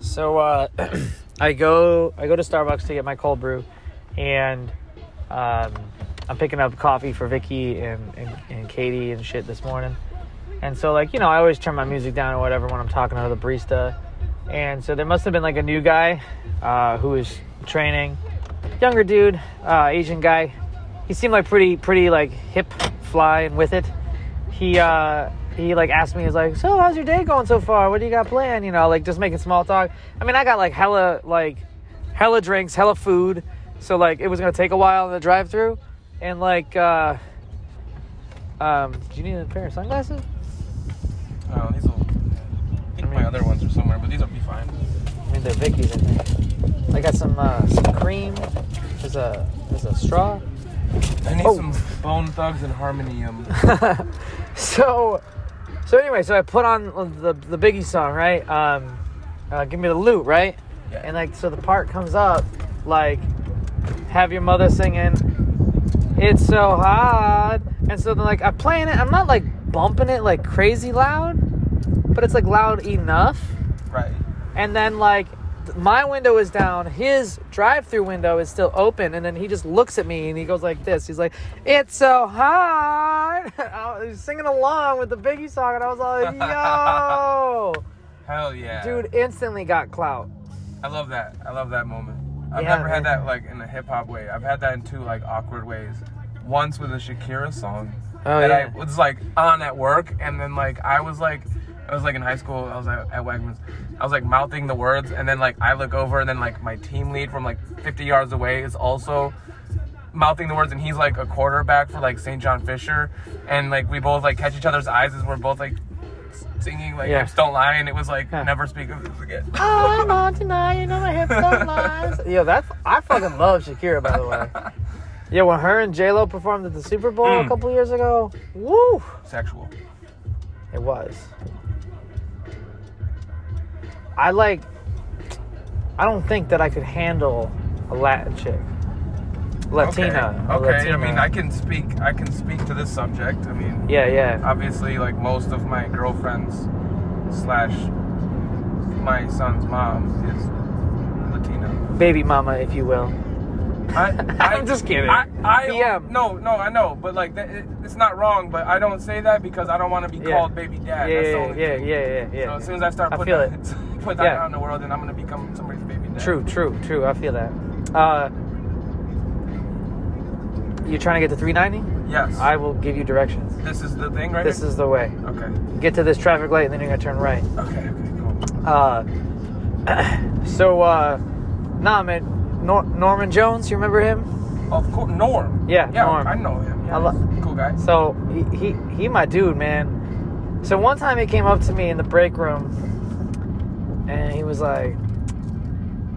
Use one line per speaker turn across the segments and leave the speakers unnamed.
So uh, I go I go to Starbucks to get my cold brew, and um, I'm picking up coffee for Vicky and, and, and Katie and shit this morning. And so like you know I always turn my music down or whatever when I'm talking to the barista. And so there must have been like a new guy uh, who was training, younger dude, uh, Asian guy. He seemed like pretty pretty like hip, fly and with it. He uh, he like asked me, he's like, so how's your day going so far? What do you got planned? You know, like just making small talk. I mean, I got like hella like hella drinks, hella food. So like it was gonna take a while in the drive through, and like uh, um, do you need a pair of sunglasses?
Oh, these will. I think my other ones are somewhere, but these will be fine.
I mean, they're Vicky's, I think. I got some uh, some cream. There's a there's a straw.
I need
Oh.
some Bone Thugs and Harmony. Um,
So so anyway, so I put on the the Biggie song, right? Um, uh, give me the loot, right?
Yeah.
And like so, the part comes up like have your mother singing. It's so hard, and so then like I'm playing it. I'm not like bumping it like crazy loud, but it's like loud enough.
right.
and then like th- my window is down his drive-through window is still open and then he just looks at me and he goes like this he's like it's so hot I was singing along with the biggie song and i was like yo
Hell yeah,
dude instantly got clout
I love that. I love that moment. I've
Yeah,
never
man.
had that like in a hip hop way. I've had that in two like awkward ways. Once with a Shakira song
Oh,
that
yeah.
I was like on at work, and then like I was like. I was like in high school. I was at, at Wegmans. I was like mouthing the words, and then like I look over, and then like my team lead from like 50 yards away is also mouthing the words, and he's like a quarterback for like St. John Fisher, and like we both like catch each other's eyes as we're both like s- singing like
Yeah.
"Hips Don't Lie, and it was like
Huh.
never speak of this again.
Oh, i'm on tonight you know my hips don't lie yo that's i fucking love shakira by the way yeah when her and j-lo performed at the super bowl a couple years ago woo
Sexual.
It was. I like. I don't think that I could handle a Latin chick, Latina. a
Okay. okay.
Latina.
I mean, I can speak. I can speak to this subject. I mean,
Yeah, yeah.
obviously, like most of my girlfriends slash my son's mom is Latina.
Baby mama, if you will.
I, I,
I'm just kidding.
I, I
PM.
no, no, I know, but like that, it, it's not wrong. But I don't say that because I don't want to be
Yeah.
called baby dad.
yeah,
That's the
yeah,
only
yeah,
thing.
yeah, yeah, yeah.
So as soon as I start
I
putting
feel
that,
it.
put that
Yeah.
out in the world, then I'm gonna become somebody's baby dad.
True, true, true. I feel that. Uh, you're trying to get to 390?
Yes.
I will give you directions.
this is the thing, right?
This is the way.
okay.
Get to this traffic light, and then you're gonna turn right.
Okay. Okay. Cool.
Uh, so, uh, nah, man, Nor- Norman Jones, you remember him?
Of course, Norm.
Yeah,
yeah,
Norm.
I know him. Yeah,
I lo-
he's a cool guy.
So he, he he my dude, man. So one time he came up to me in the break room, and he was like,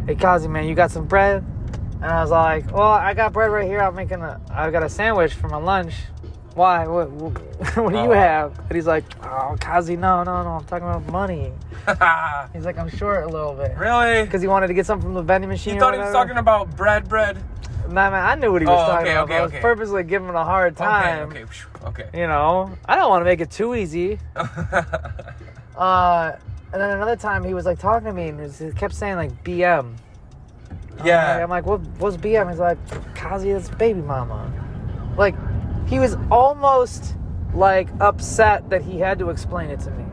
"Hey, Kazi, man, you got some bread?" And I was like, "Well, I got bread right here. I'm making a. I got a sandwich for my lunch. Why? What? What, what do you
Oh.
have?" And he's like, "Oh, Kazi, no, no, no. I'm talking about money." He's like, "I'm short a little bit."
really?
Because he wanted to get something from the vending machine.
You
or
thought he was
whatever.
talking about bread, bread.
Nah, man, I knew what he was
Oh,
talking
okay,
about.
okay,
but I was
okay.
purposely giving him a hard time.
Okay, okay, phew, okay.
You know, I don't want to make it too easy. Uh, and then another time he was like talking to me and he kept saying like BM. I'm like-
yeah.
I'm like, what? What's BM? He's like, Kazi, that's baby mama. Like, he was almost like upset that he had to explain it to me.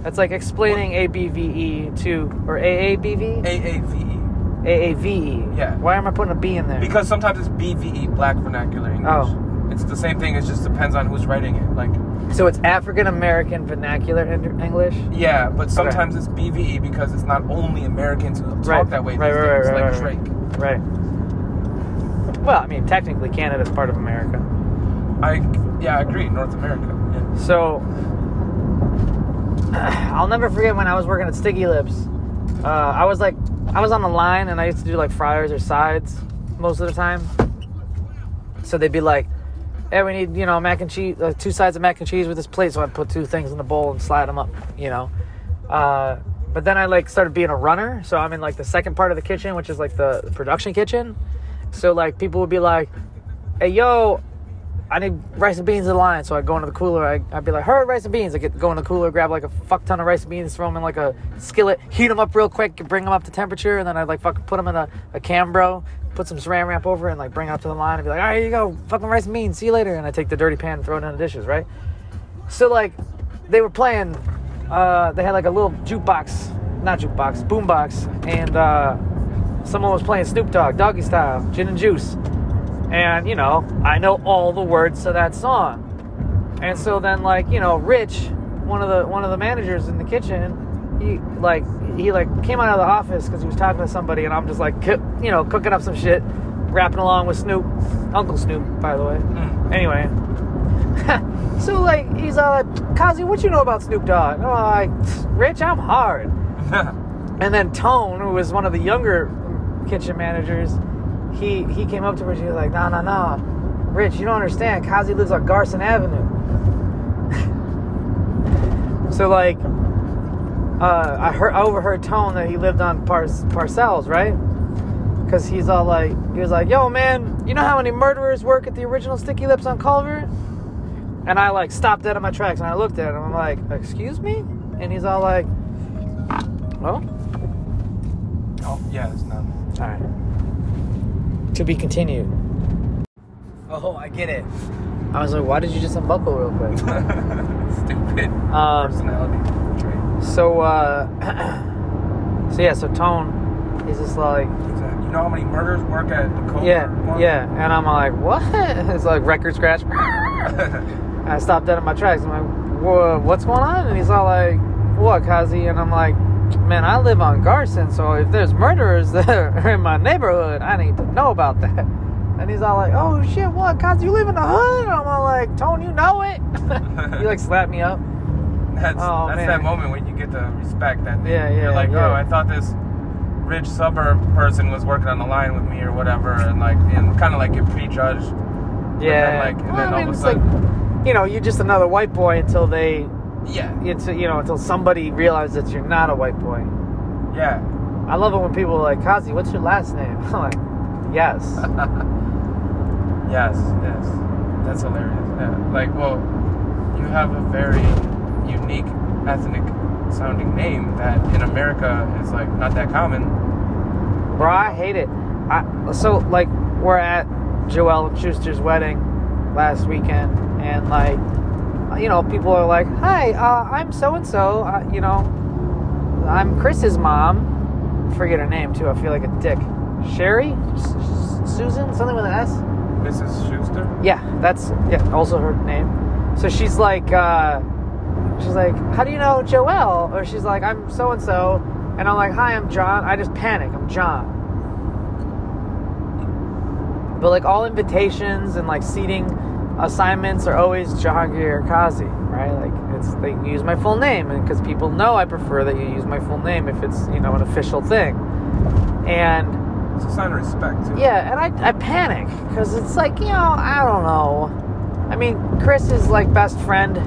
That's like explaining ABVE E to or AABV,
A A V E.
AAVE.
Yeah.
E. Why am I putting a B in there?
Because sometimes it's B V E, Black Vernacular English.
Oh.
It's the same thing. It just depends on who's writing it. Like,
So it's African American vernacular en- English.
yeah, but sometimes it's B V E because it's not only Americans who talk
Right,
that way.
right,
these
right,
days,
right,
like
right, right.
Drake.
Right. Well, I mean, technically Canada's part of America.
I yeah, I agree. North America.
So I'll never forget when I was working at Sticky Lips. Uh, I was like, I was on the line and I used to do like fryers or sides most of the time. So they'd be like, "Hey, we need you know mac and cheese, uh, two sides of mac and cheese with this plate." So I'd put two things in the bowl and slide them up, you know. Uh, but then I like started being a runner, so I'm in like the second part of the kitchen, which is like the production kitchen. So like people would be like, "Hey, yo, I need rice and beans in the line, so I go into the cooler. I, I'd be like, hurry, rice and beans. I get go in the cooler, grab like a fuck ton of rice and beans, throw them in like a skillet, heat them up real quick, bring them up to temperature, and then I'd like fucking put them in a, a Cambro, put some saran wrap over it, and like bring it up to the line and be like, all right, here you go, fucking rice and beans, see you later. And I take the dirty pan and throw it in the dishes, right? So like, they were playing. Uh, they had like a little jukebox, not jukebox, boombox, and uh, someone was playing Snoop Dogg, Doggy Style, Gin and Juice, and you know I know all the words to that song, and so then like you know Rich, one of the one of the managers in the kitchen, he like he like came out of the office because he was talking to somebody, and I'm just like coo- you know cooking up some shit, rapping along with Snoop, Uncle Snoop, by the way.
Mm.
Anyway, so like he's all like, Kazi, what you know about Snoop Dogg? And I'm like, Rich, I'm hard. and then Tone, who was one of the younger kitchen managers, he he came up to her. She was like, Nah, nah, nah, Rich, you don't understand. Kazi lives on Garson Avenue. so like, uh, I heard I overheard Tone that he lived on par- Parcells, right? Cause he's all like, he was like, "Yo, man, you know how many murderers work at the original Sticky Lips on Culver?" And I like stopped dead in my tracks and I looked at him. I'm like, excuse me? And he's all like, well,
Oh, yeah, it's not.
all right. To be continued. Oh, I get it. I was like, why did you just unbuckle real quick?
Stupid
Um,
personality trait.
so, uh, so yeah, so Tone is just like,
He's like, You know how many murders work at the Cobra?
yeah, yeah. And I'm like, what? It's like record scratch. I stopped dead in my tracks. I'm like, Whoa, what's going on? And he's all like, what, Kazi? And I'm like, man, I live on Garson, so if there's murderers that are in my neighborhood, I need to know about that. And he's all like, oh shit, what, Kazi, you live in the hood? And I'm all like, Tone, you know it. he like slapped me up.
That's,
Oh,
that's
man.
that moment when you get to respect that. thing.
Yeah, yeah,
You're like,
yeah.
oh, I thought this rich suburb person was working on the line with me or whatever, and like, and kind of like get prejudged.
Yeah.
like, and
Well,
then
I
all
mean,
of a
it's like, you know, you're just another white boy until they,
Yeah.
until, you know, until somebody realizes that you're not a white boy.
Yeah.
I love it when people are like, Kazi, what's your last name? I'm like, yes.
Yes. Yes. That's hilarious. Yeah. Like, well, you have a very unique ethnic sounding name that in America is like not that common.
Bro, I hate it. I, so, like, we're at Joel and Schuster's wedding last weekend, and, like, you know, people are like, hi, uh, I'm so and so, you know, I'm Chris's mom. Forget her name, too. I feel like a dick. Sherry? S- S- Susan? Something with an S?
Mrs. Schuster.
Yeah, that's yeah, also her name. So she's like, uh, she's like, how do you know Joelle? Or she's like, I'm so and so, and I'm like, hi, I'm John. I just panic. I'm John. But like all invitations and like seating assignments are always Jahangir or Kazi, right? Like it's they use my full name, and because people know I prefer that you use my full name if it's you know an official thing, and.
It's a sign of respect too.
Yeah, and I, I panic because it's like, you know, I don't know. I mean, Chris's like best friend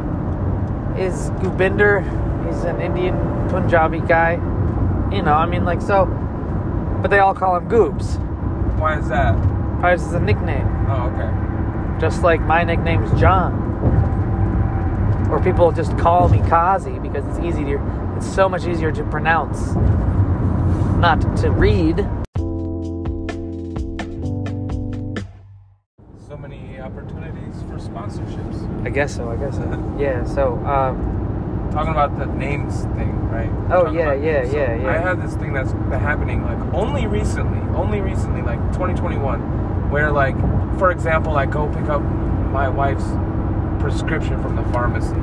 is Gubinder. He's an Indian Punjabi guy. You know, I mean, like so, but they all call him Goobs.
Why is that?
Probably just a nickname,
Oh, okay.
just like my nickname's John. Or people just call me Kazi because it's easier. It's so much easier to pronounce, not to read.
So many opportunities for sponsorships.
I guess so. I guess so. Yeah. So. um...
talking about the names thing, right?
Oh,
Talking
yeah, yeah,
about-
yeah, yeah.
I had this thing that's been happening like only recently, only recently, like 2021, where like, for example, I go pick up my wife's prescription from the pharmacy,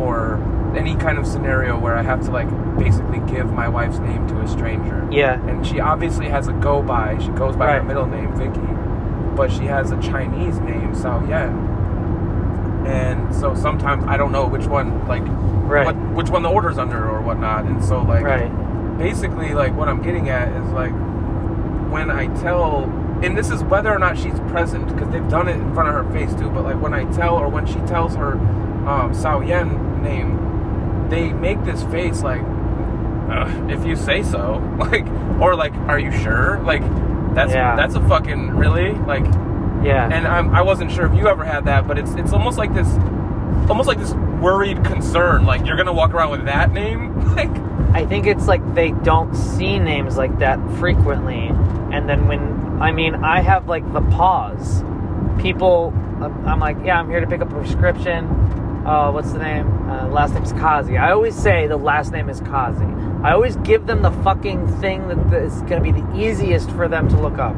or any kind of scenario where I have to like basically give my wife's name to a stranger.
Yeah.
And she obviously has a go by. She goes by her
Right.
middle name, Vicky, but she has a Chinese name, Sao Yan and so sometimes I don't know which one like
Right.
what, which one the order's under or whatnot, and so like
Right.
basically like what I'm getting at is like when I tell, and this is whether or not she's present because they've done it in front of her face too, but like when I tell or when she tells her um, Sao Yan name, they make this face like "Ugh, if you say so, like or like are you sure, like that's
Yeah.
that's a fucking really like
Yeah.
And I'm, I wasn't sure if you ever had that, but it's it's almost like this, almost like this worried concern. Like you're gonna walk around with that name, like
I think it's like they don't see names like that frequently, and then when I mean I have like the pause. People, I'm I'm like, yeah, I'm here to pick up a prescription. Uh, what's the name? Uh, last name's Kazi. I always say the last name is Kazi. I always give them the fucking thing that that is going to be the easiest for them to look up.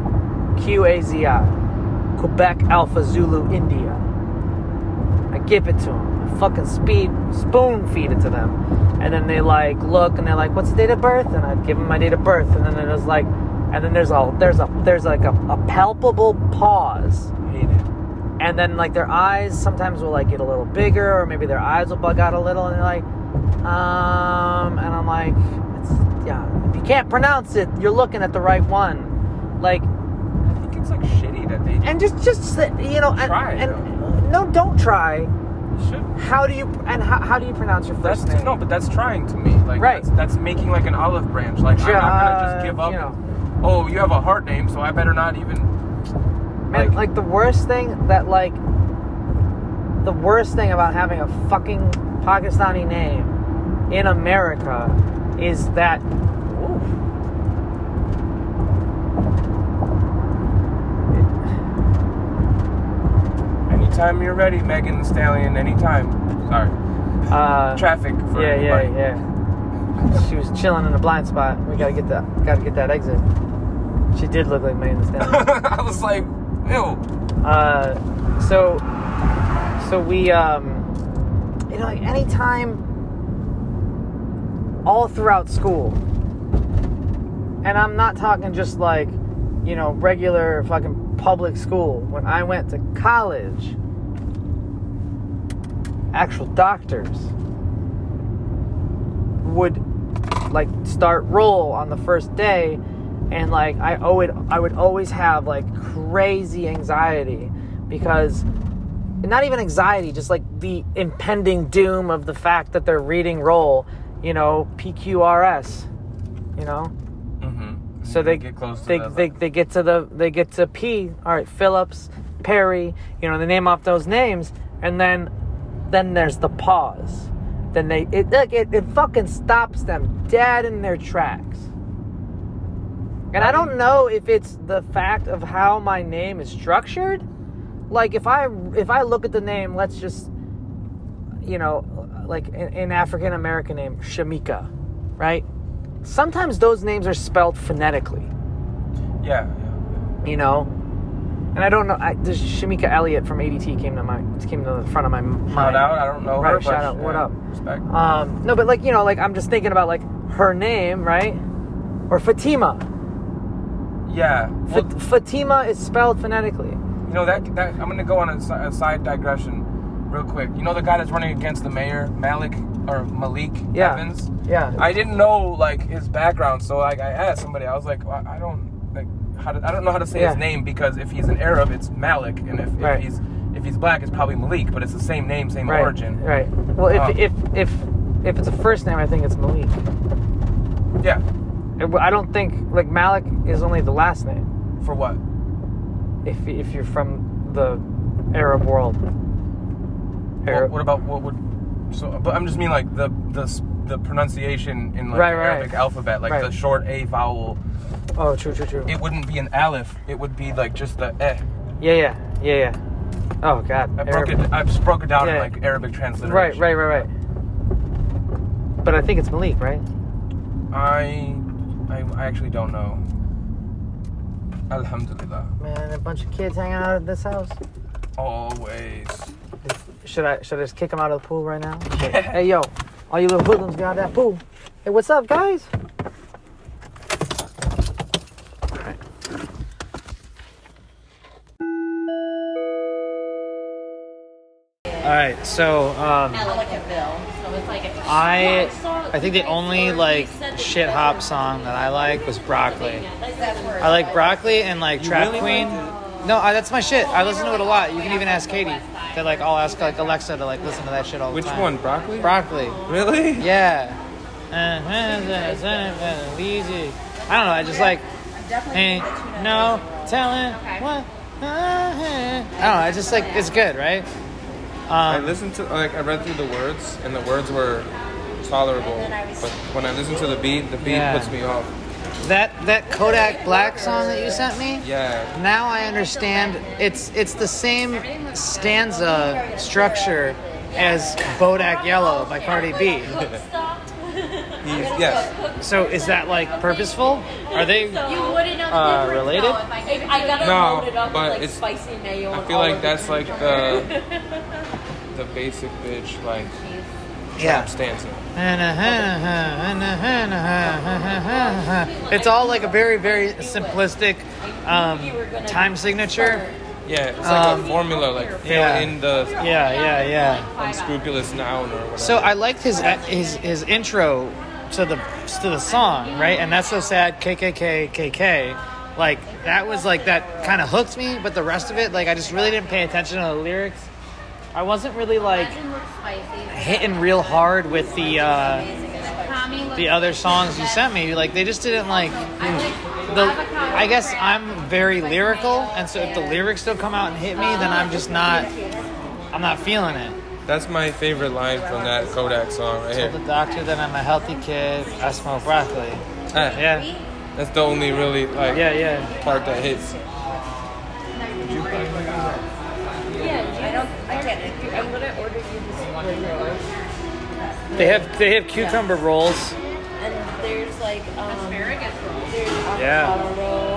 Q A Z I, Quebec Alpha Zulu India. I give it to them. I fucking speed spoon feed it to them, and then they like look and they're like, "What's the date of birth?" And I give them my date of birth, and then it was like, and then there's a there's a there's like a, a palpable pause,
hate it.
and then like their eyes sometimes will like get a little bigger, or maybe their eyes will bug out a little, and they're like, um, and I'm like, it's yeah, if you can't pronounce it, you're looking at the right one, like
I think it's like shitty that they
and just just you know and,
Try,
and no don't try
should.
how do you and how, how do you pronounce your
That's
first
too,
name
no, but that's trying to me. Like
Right.
that's, that's making like an olive branch. Like I'm not gonna
Uh,
just give up.
you know.
Oh, you have a hard name, so I better not even.
Man, like,
Like-
the worst thing that like the worst thing about having a fucking Pakistani name in America is that oof.
Anytime you're ready, Megan Thee Stallion. Anytime. Sorry.
uh,
Traffic. For
yeah, yeah,
everybody.
yeah. She was chilling in a blind spot. We gotta get that. Gotta get that exit. She did look like Megan Thee Stallion.
I was like, ew.
Uh, so so we um you know like anytime all throughout school and i'm not talking just like you know regular fucking public school when i went to college actual doctors would like start roll on the first day and like I owe it I would always have like crazy anxiety because not even anxiety just like the impending doom of the fact that they're reading roll you know PQRS you know
Mm-hmm.
so they
get close. To
They,
the,
they, they get to the they get to P. All right, Phillips, Perry. You know they name off those names, and then then there's the pause. Then they it look, it, it fucking stops them dead in their tracks. And I don't know if it's the fact of how my name is structured. Like if I if I look at the name, let's just you know like an, an African American name, Shamika, right? Sometimes those names are spelled phonetically
yeah. yeah.
you know. And I don't know. I, this Shamika Elliott from ADT came to my came to the front of my mind.
Shout out. I don't know
Right,
her.
shout
but,
out, what
yeah,
up?
Respect.
Um, no, but like you know, like I'm just thinking about like her name, right? Or Fatima.
yeah. Well,
Fa- Fatima is spelled phonetically.
you know that that I'm gonna go on a, si- a side digression, real quick. You know the guy that's running against the mayor, Malik or Malik
Yeah.
Evans.
Yeah.
I didn't know like his background, so like I asked somebody. I was like, well, I don't like how to, I don't know how to say
Yeah.
his name because if he's an Arab, it's Malik, and if,
Right.
if he's if he's black, it's probably Malik, but it's the same name, same
right.
origin.
Right. Well, if,
Um,
if if if it's a first name, I think it's Malik.
Yeah.
It- I don't think like Malik is only the last name.
For what?
If if you're from the Arab world.
What, what about what would? So, but I'm just mean like the the s- the pronunciation in like
Right,
the
right.
Arabic alphabet, like
Right.
the short a vowel.
oh, true, true, true.
It wouldn't be an aleph. It would be like just the eh.
Yeah, yeah, yeah, yeah. Oh God.
I broke
Arab-
it. I just broke it down
Yeah.
in like Arabic translation.
Right, right, right, right. But I think it's Malik, right?
I, I, I actually don't know. Alhamdulillah.
Man, a bunch of kids hanging out at this house.
Always.
Should I should I just kick them out of the pool right now? hey yo, all you little hoodlums got that pool. Hey, what's up, guys? All right, so um,
Ellicottville. So it's like a
I I think the only like shit hop song that I like was Broccoli. I like broccoli and like Trap
really
Queen. No, I, that's my shit. I listen to it a lot. You can even ask Katie. That like I'll ask like Alexa to like listen to that shit all the
Which
time.
one? Broccoli.
Broccoli.
really?
Yeah. Uh-huh, I don't know. I just like. Ain't no telling what uh-huh. I don't know. It's just like it's good, right?
I
Um,
listened to like I read through the words and the words were tolerable, but when I listen to the beat, the beat
Yeah.
puts me off.
that that Kodak Black song that you sent me.
Yeah,
Now I understand. It's it's the same stanza structure as Bodak Yellow by Cardi B.
he's yes.
So is that like purposeful? Are they?
You wouldn't know the
Uh,
difference,
related?
though, if I, if I gotta
No,
load it up
but
with like
it's-
spicy mayo.
I
and
feel
all
like
over
that's
the
like the the basic bitch like
Yeah.
trap stanza.
It's all like a very, very simplistic um, time signature.
Yeah, it's like
Um,
a formula, like fill
Yeah.
in the
Yeah, yeah, yeah.
unscrupulous noun or whatever.
So I liked his his his intro to the to the song, right? And that's so sad. KKK KK, like that was like that kind of hooked me. But the rest of it, like I just really didn't pay attention to the lyrics. I wasn't really like
Imagine looks spicy.
hitting real hard with the uh,
Tommy looks
the other songs you sent me. Like they just didn't like.
I like
the
avocado
I guess
bread.
I'm very lyrical, and so if the lyrics don't come out and hit me, then I'm just not I'm not feeling it.
that's my favorite line from that Kodak song right
Told the
here.
doctor that I'm a healthy kid. I smoke broccoli.
Ah,
Yeah,
that's the only really like
yeah, yeah.
part that hits.
Yeah, I don't. I can't. I'm gonna order you this one rolls,
They have they have cucumber rolls.
and there's like um, asparagus rolls. There's
Yeah.
avocado roll.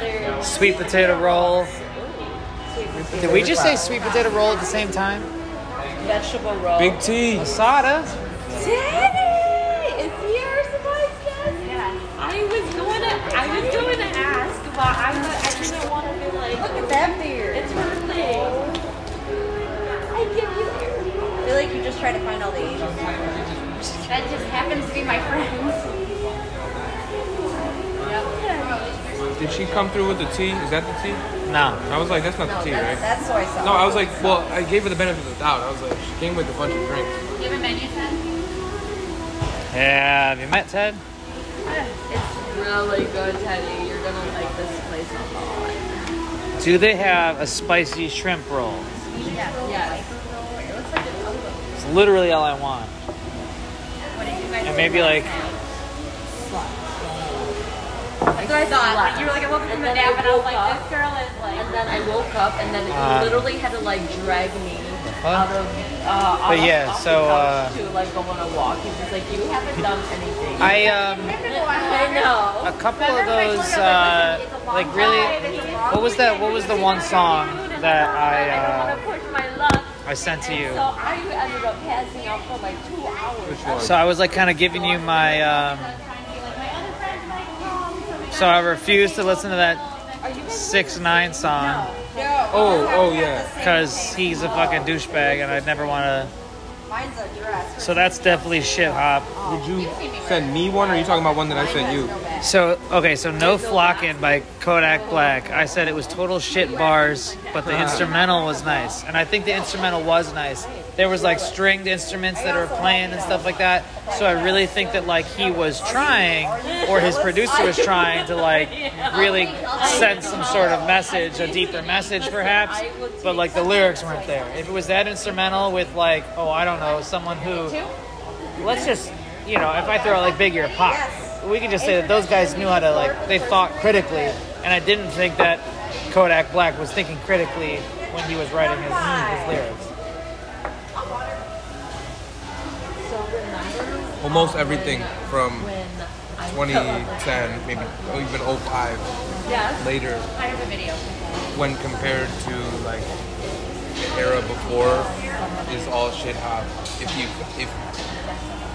There's
Sweet potato roll.
sweet potato
Did we just say sweet potato roll at the same time?
vegetable roll.
Big T.
Asada.
Daddy, is he our surprise guest? Yeah. I was going to, I was going to ask, but I, was, I didn't want to be like. Look at that beard. It's her thing. I give you I feel like you just try to find all the Asians. That just happens to be my friends.
Did she come through with the T? Is that the T?
No.
I was like, that's not the T, right?
That's soy sauce.
No, I was like, well, I gave her the benefit of the doubt. I was like, she came with a bunch of drinks.
Do you have a menu, Ted?
Yeah. Have you met Ted?
It's really good, Teddy. You're gonna like this place a lot.
Do they have a spicy shrimp roll?
Yes.
It's literally all I want. And maybe like
That's what I thought. Like, you were like, I woke up from the nap, and I was like, this girl is like. And then I woke up, and then
Uh,
it literally had to like drag me
fuck?
out of. Uh, out
But
of-
yeah,
off the
so, uh,
couch to like go on a walk. He's just like, you haven't done anything.
I um.
Oh, I know.
a couple of those uh, like really what was that what was the one song that i uh, i sent to you
So I ended up passing out for like two hours.
so i was like kind of giving you my um, so i refused to listen to that
Are you?
six nine song
Oh, oh yeah.
because he's a fucking douchebag and i'd never want to
Mine's a dress.
so that's definitely shit hop
Did you send me one, or are you talking about one that I sent you?
so okay so no flockin by kodak black i said it was total shit bars but the instrumental was nice and i think the instrumental was nice there was like stringed instruments that were playing and stuff like that so i really think that like he was trying or his producer was trying to like really send some sort of message a deeper message perhaps but like the lyrics weren't there if it was that instrumental with like oh i don't know someone who let's just you know if i throw out like big ear pop we can just say that those guys knew how to like they thought critically and i didn't think that kodak black was thinking critically when he was writing his, his lyrics
So remember
Almost everything from
when I
2010, maybe or even 05
Yes.
later,
I have a video.
when compared to like the era before, is all shit hop. If you if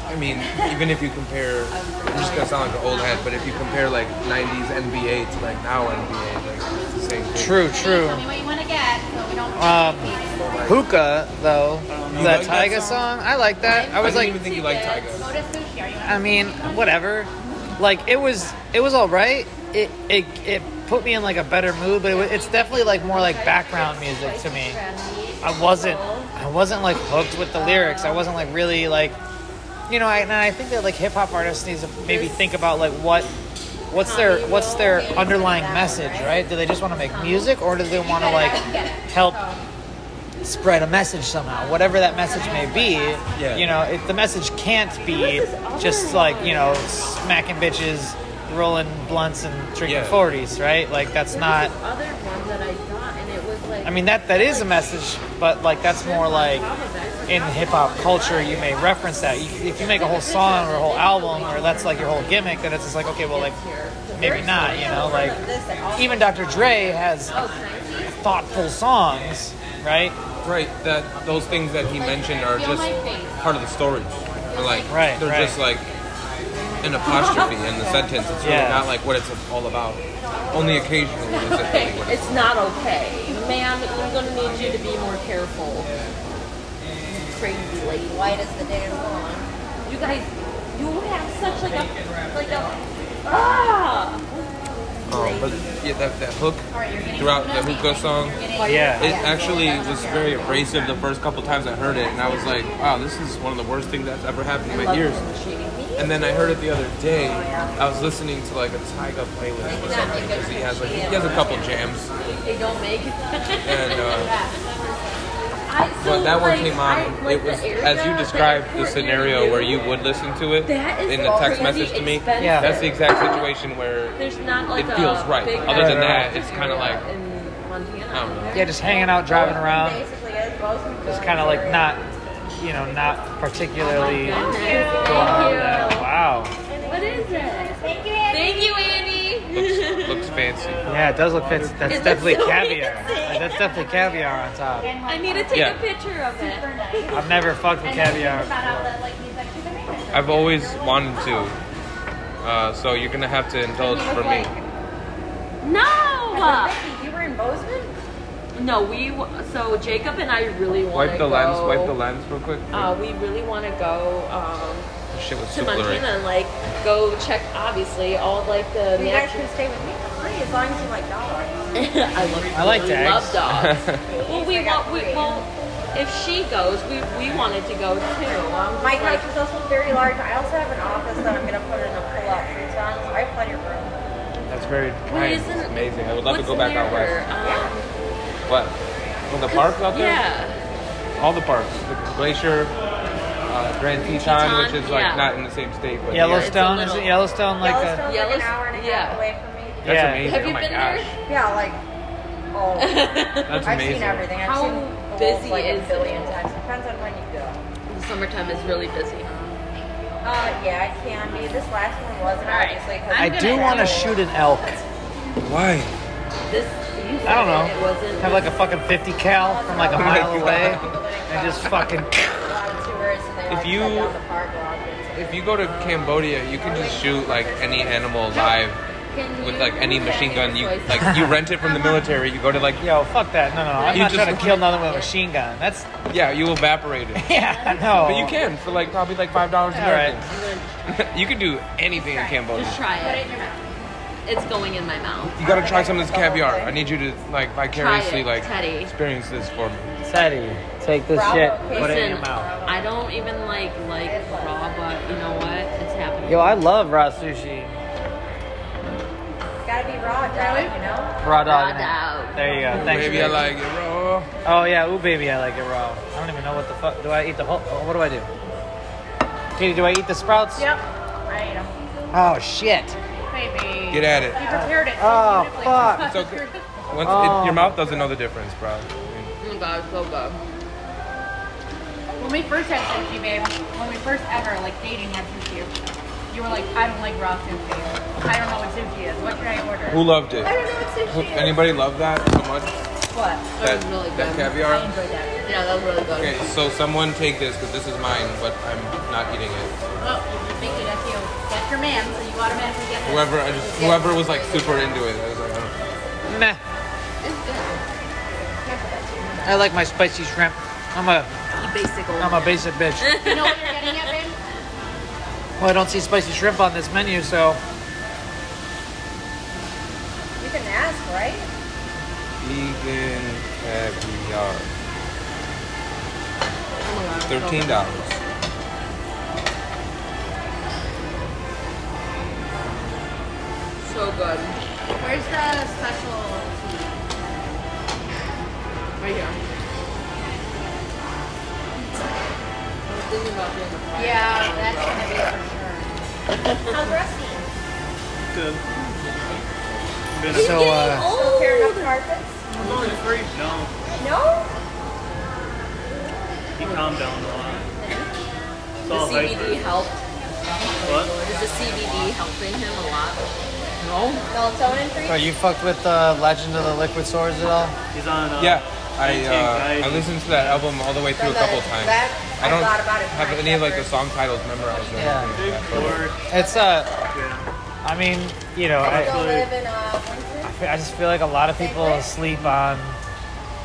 I mean, even if you compare, I'm just gonna sound like an old head, but if you compare like 90s NBA to like now NBA, like it's the same thing.
true true
Tell me what you want to get so we don't.
um hookah though
Um, You
the
like that
tyga song
song?
i like that i was
didn't
like
even think you liked Tyga.
Go to sushi. Are you
I mean, whatever. Like it was, it was all right. It it it put me in like a better mood, but it, wa- it's definitely like more like background music to me. I wasn't, I wasn't like hooked with the lyrics. I wasn't like really like, you know. I, and I think that like hip hop artists need to maybe think about like what what's their what's their underlying message, right? Do they just want to make music, or do they want to like help spread a message somehow? Whatever that message may be,
Yeah.
you know, it, the message can't be just like you know smacking bitches, rolling blunts, and drinking
Yeah.
forties, right? Like that's not.
other one that I got, and it was like
I mean, that that is a message, but like that's more like in hip hop culture, you may reference that. You, if you make a whole song or a whole album, or that's like your whole gimmick, then it's just like okay, well, like maybe not, you know, like even Dr. Dre has thoughtful songs, right?
Right, that those things that he mentioned are just part of the story. They're like
Right,
they're
right.
just like an apostrophe in the sentence. It's really
Yeah.
not like what it's all about. Only occasionally is it really what it's
it's not okay, ma'am. I'm gonna need you to be more careful. Crazy lady. White as the day is long. You guys, you have such like a like a ah.
um, but yeah, that, that hook throughout the hookah song,
Yeah.
it actually was very abrasive the first couple times I heard it, and I was like, wow, this is one of the worst things that's ever happened in my years. And then I heard it the other day. I was listening to like a Tyga playlist or something because he has like he has a couple jams,
They don't make it.
and uh,
I,
but that one
like,
came
I-
on.
like
It was
the area
as you
that
described the
we're
scenario
in,
where you would listen to it
That is
in the text
crazy
message to me.
expensive.
Yeah.
That's the exact situation where
There's not like
it
a
feels right.
big
Other than
Right,
that, it's kind of like
in Montana.
I don't know.
Yeah, just hanging out, driving around,
Basically, as most people
just kind of like not, you know, not particularly going on with that. Wow.
What is it?
Thank you, Andy.
Thank you, Andy.
looks looks fancy.
Yeah, it does look fancy. That's
looks
definitely
so
caviar.
fancy.
That's definitely caviar on top.
I need to take
Yeah.
a picture of it.
I've never fucked with caviar.
I've always wanted to, uh, so you're gonna have to indulge for me.
No.
Becky, you were in Bozeman?
No, we. w- So Jacob and I really want
Wipe
to
the
go.
lens. Wipe the lens real quick.
Uh, we really want to go um,
This Shit was
to
super
Montana
late.
and like go check obviously all like the.
You guys
natural-
can stay with me for free as long as you like dogs.
I love.
I like
we love
dogs.
dogs. well, we
I got
want. We,
three.
well, if she goes, we we wanted to go too. I'm just
My
like,
couch is also very large. I also have an office that I'm going to put in a pull-out fruit on. So I have plenty of room.
That's very
what
Nice.
isn't-
Amazing. I would love to
what's
go back out
there?
west.
Um,
What? Well, the park out there.
Yeah.
All the parks. The glacier, uh, Grand Teton,
Teton,
which is like
yeah.
not in the same state, but yeah.
Yellowstone
it's
is it
a little-
Yellowstone like
Yellowstone's
a
like
Yellow-
an hour and a half
yeah.
away from me.
That's
Yeah.
amazing.
Have
oh
you
my
been
gosh.
there?
Yeah, like,
um,
oh.
That's
I've
amazing.
seen everything. I've
How
seen bulls,
busy
like
is
a
it?
billion times. Depends on when you go.
The summertime is really busy.
Uh, yeah, it can be. This last one wasn't
All right.
obviously. 'cause
I
I'm
do
gonna
want to
go.
shoot an elk.
Why?
This you said
I don't know.
It wasn't.
Have like a fucking 50 cal from like a
Oh my
mile away
God.
and just fucking
a lot of tourists and they
If
like
you-
shut down the park walk and stuff.
If you go to Cambodia, you can just shoot like any animal live
Can
with
you
like any
look
machine
at
gun.
your
You
choices?
like you rent it from the military. You go to like
yo, fuck that. No, no, no. I'm
You
not
just-
trying to kill nothing with a machine gun. That's
yeah, you evaporate it.
yeah, no.
But you can for like probably like five dollars
All right.
American. you can do anything in
Just
Cambodia.
try it. It's going in my mouth.
You gotta try some of this caviar. I need you to like vicariously like
Teddy.
experience this for me.
Teddy, take this
Bravo,
shit,
Casey.
put it in your
Listen,
mouth.
I don't even like like raw, but you know what? It's happening.
Yo, I love raw sushi.
It's gotta be raw, dog, you know?
Raw dog.
Raw
in it.
dog.
There you go. Thanks.
Maybe I
babe.
like it raw.
Oh yeah, ooh baby, I like it raw. I don't even know what the fuck. Do I eat the whole? oh, What do I do? Katie, do I eat the sprouts?
Yep. I ate 'em.
Oh shit.
Baby.
Get at it.
You prepared it.
Oh fuck.
It's okay. Once
Oh.
it, your mouth doesn't know the difference, bro.
Oh my god, so good.
When we first had sushi, babe, when we first ever like dating had sushi, you were like, I don't like raw sushi. I don't know what sushi is. What should I order?
Who loved it?
I don't know what
Who-
sushi is.
Anybody love that so much?
What?
That,
was really
that
good.
I
caviar?
enjoyed that.
Yeah, that was really good.
Okay, so someone take this because this is mine, but I'm not eating it.
Oh, you just think it, that's you. That's your man, so you automatically get that.
Whoever, I just whoever was like super into it, I was like, oh.
Meh.
It's good.
I like my spicy shrimp. I'm a
You basic old.
I'm a basic bitch.
You know what you're getting at, babe?
well, I don't see spicy shrimp on this menu, so
You can ask, right?
vegan caviar,
Oh my God, it's so
thirteen
good.
dollars.
so good.
Where's the special tea?
Right here. I'm thinking about doing the fries.
Yeah, that's gonna be for sure.
How's Rusty?
Good. Been
He's
So,
getting
uh,
Oh.
old.
Fair enough.
carpets?
I'm only three. No,
No?
he calmed down a lot. It's
The
all
CBD
vapor.
helped.
What?
Is the CBD helping him a lot?
Melatonin free?
Are you fucked with the Legend of the Liquid Swords at all?
He's on. Uh,
Yeah, I
Anti-anxiety.
uh, I listened to that album all the way through a couple of times.
That-
I don't
thought about it
have
twice
any of like the
after.
song titles memorized. Or
Yeah.
anything
Big
like that.
dork.
It's uh,
Yeah.
I mean, you know, I,
Still live in uh, Winston?
I just feel like a lot of people sleep on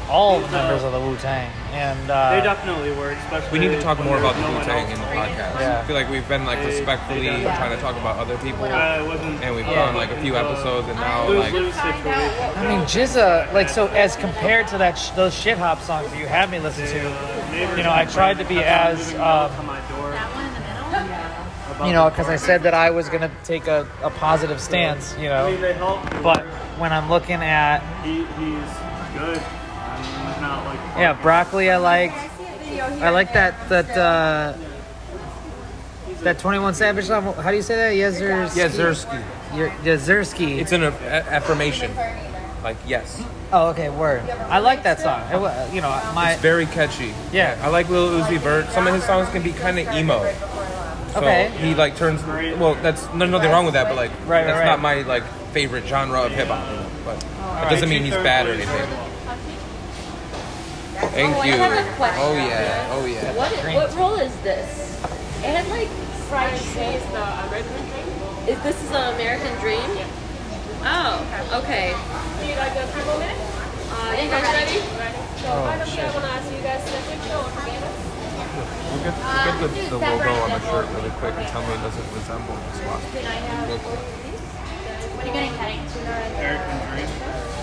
all the members of the Wu Tang, and
They
uh,
definitely were, especially.
We need to talk
when
more
there
about
was
the
no
Wu
one
Tang in
else
the
around.
podcast.
Yeah.
I feel like we've been like
They- they
respectfully
don't.
trying to talk about other people,
Yeah, Uh, it wasn't.
and we've
Yeah.
gone like a few episodes, and now
lose
like
lose situation.
I mean, Jizza, like, so as compared to that, sh- those shit hop songs that you had me listen
They,
to,
uh, neighbors
You know, I
and
tried to
friends
be
kept on
as,
moving knocks
um,
on my door
That one in the middle? Yeah.
about
you know,
the
because I
park.
said that I was gonna take a, a positive stance, you
I
know,
mean, they helped. They
but
were-
when I'm looking at,
he, he's good. I mean, he's not like.
yeah,
fucking-
broccoli, I liked, I like that that uh,
he's a-
that Twenty One Savage song. How do you say that? Yezersky.
yeah, Zersky.
Yezersky.
It's an a- a- affirmation, like yes.
oh, okay, word. I like that song. It, wa- you know, my
It's very catchy.
Yeah.
I like Lil Uzi Vert. Some of his songs can be kind of emo. So
Okay.
He like turns. Well, that's there's nothing wrong with that, but like
Right, right,
that's
right.
not my like favorite genre of hip hop. But that doesn't mean he's bad or anything. Thank
Oh, I
you.
have a question.
Oh yeah. Oh yeah.
What what roll is this? It had like fried cheese. The American dream. Is this is an American dream? Oh, okay.
Do you like the purple man?
Uh, you guys ready?
So I don't think I want to ask you guys to picture or forgive
We'll get, we'll get the, the logo on the shirt really quick and tell me it doesn't resemble the swastika.
What are you getting, Teddy?
American Dream.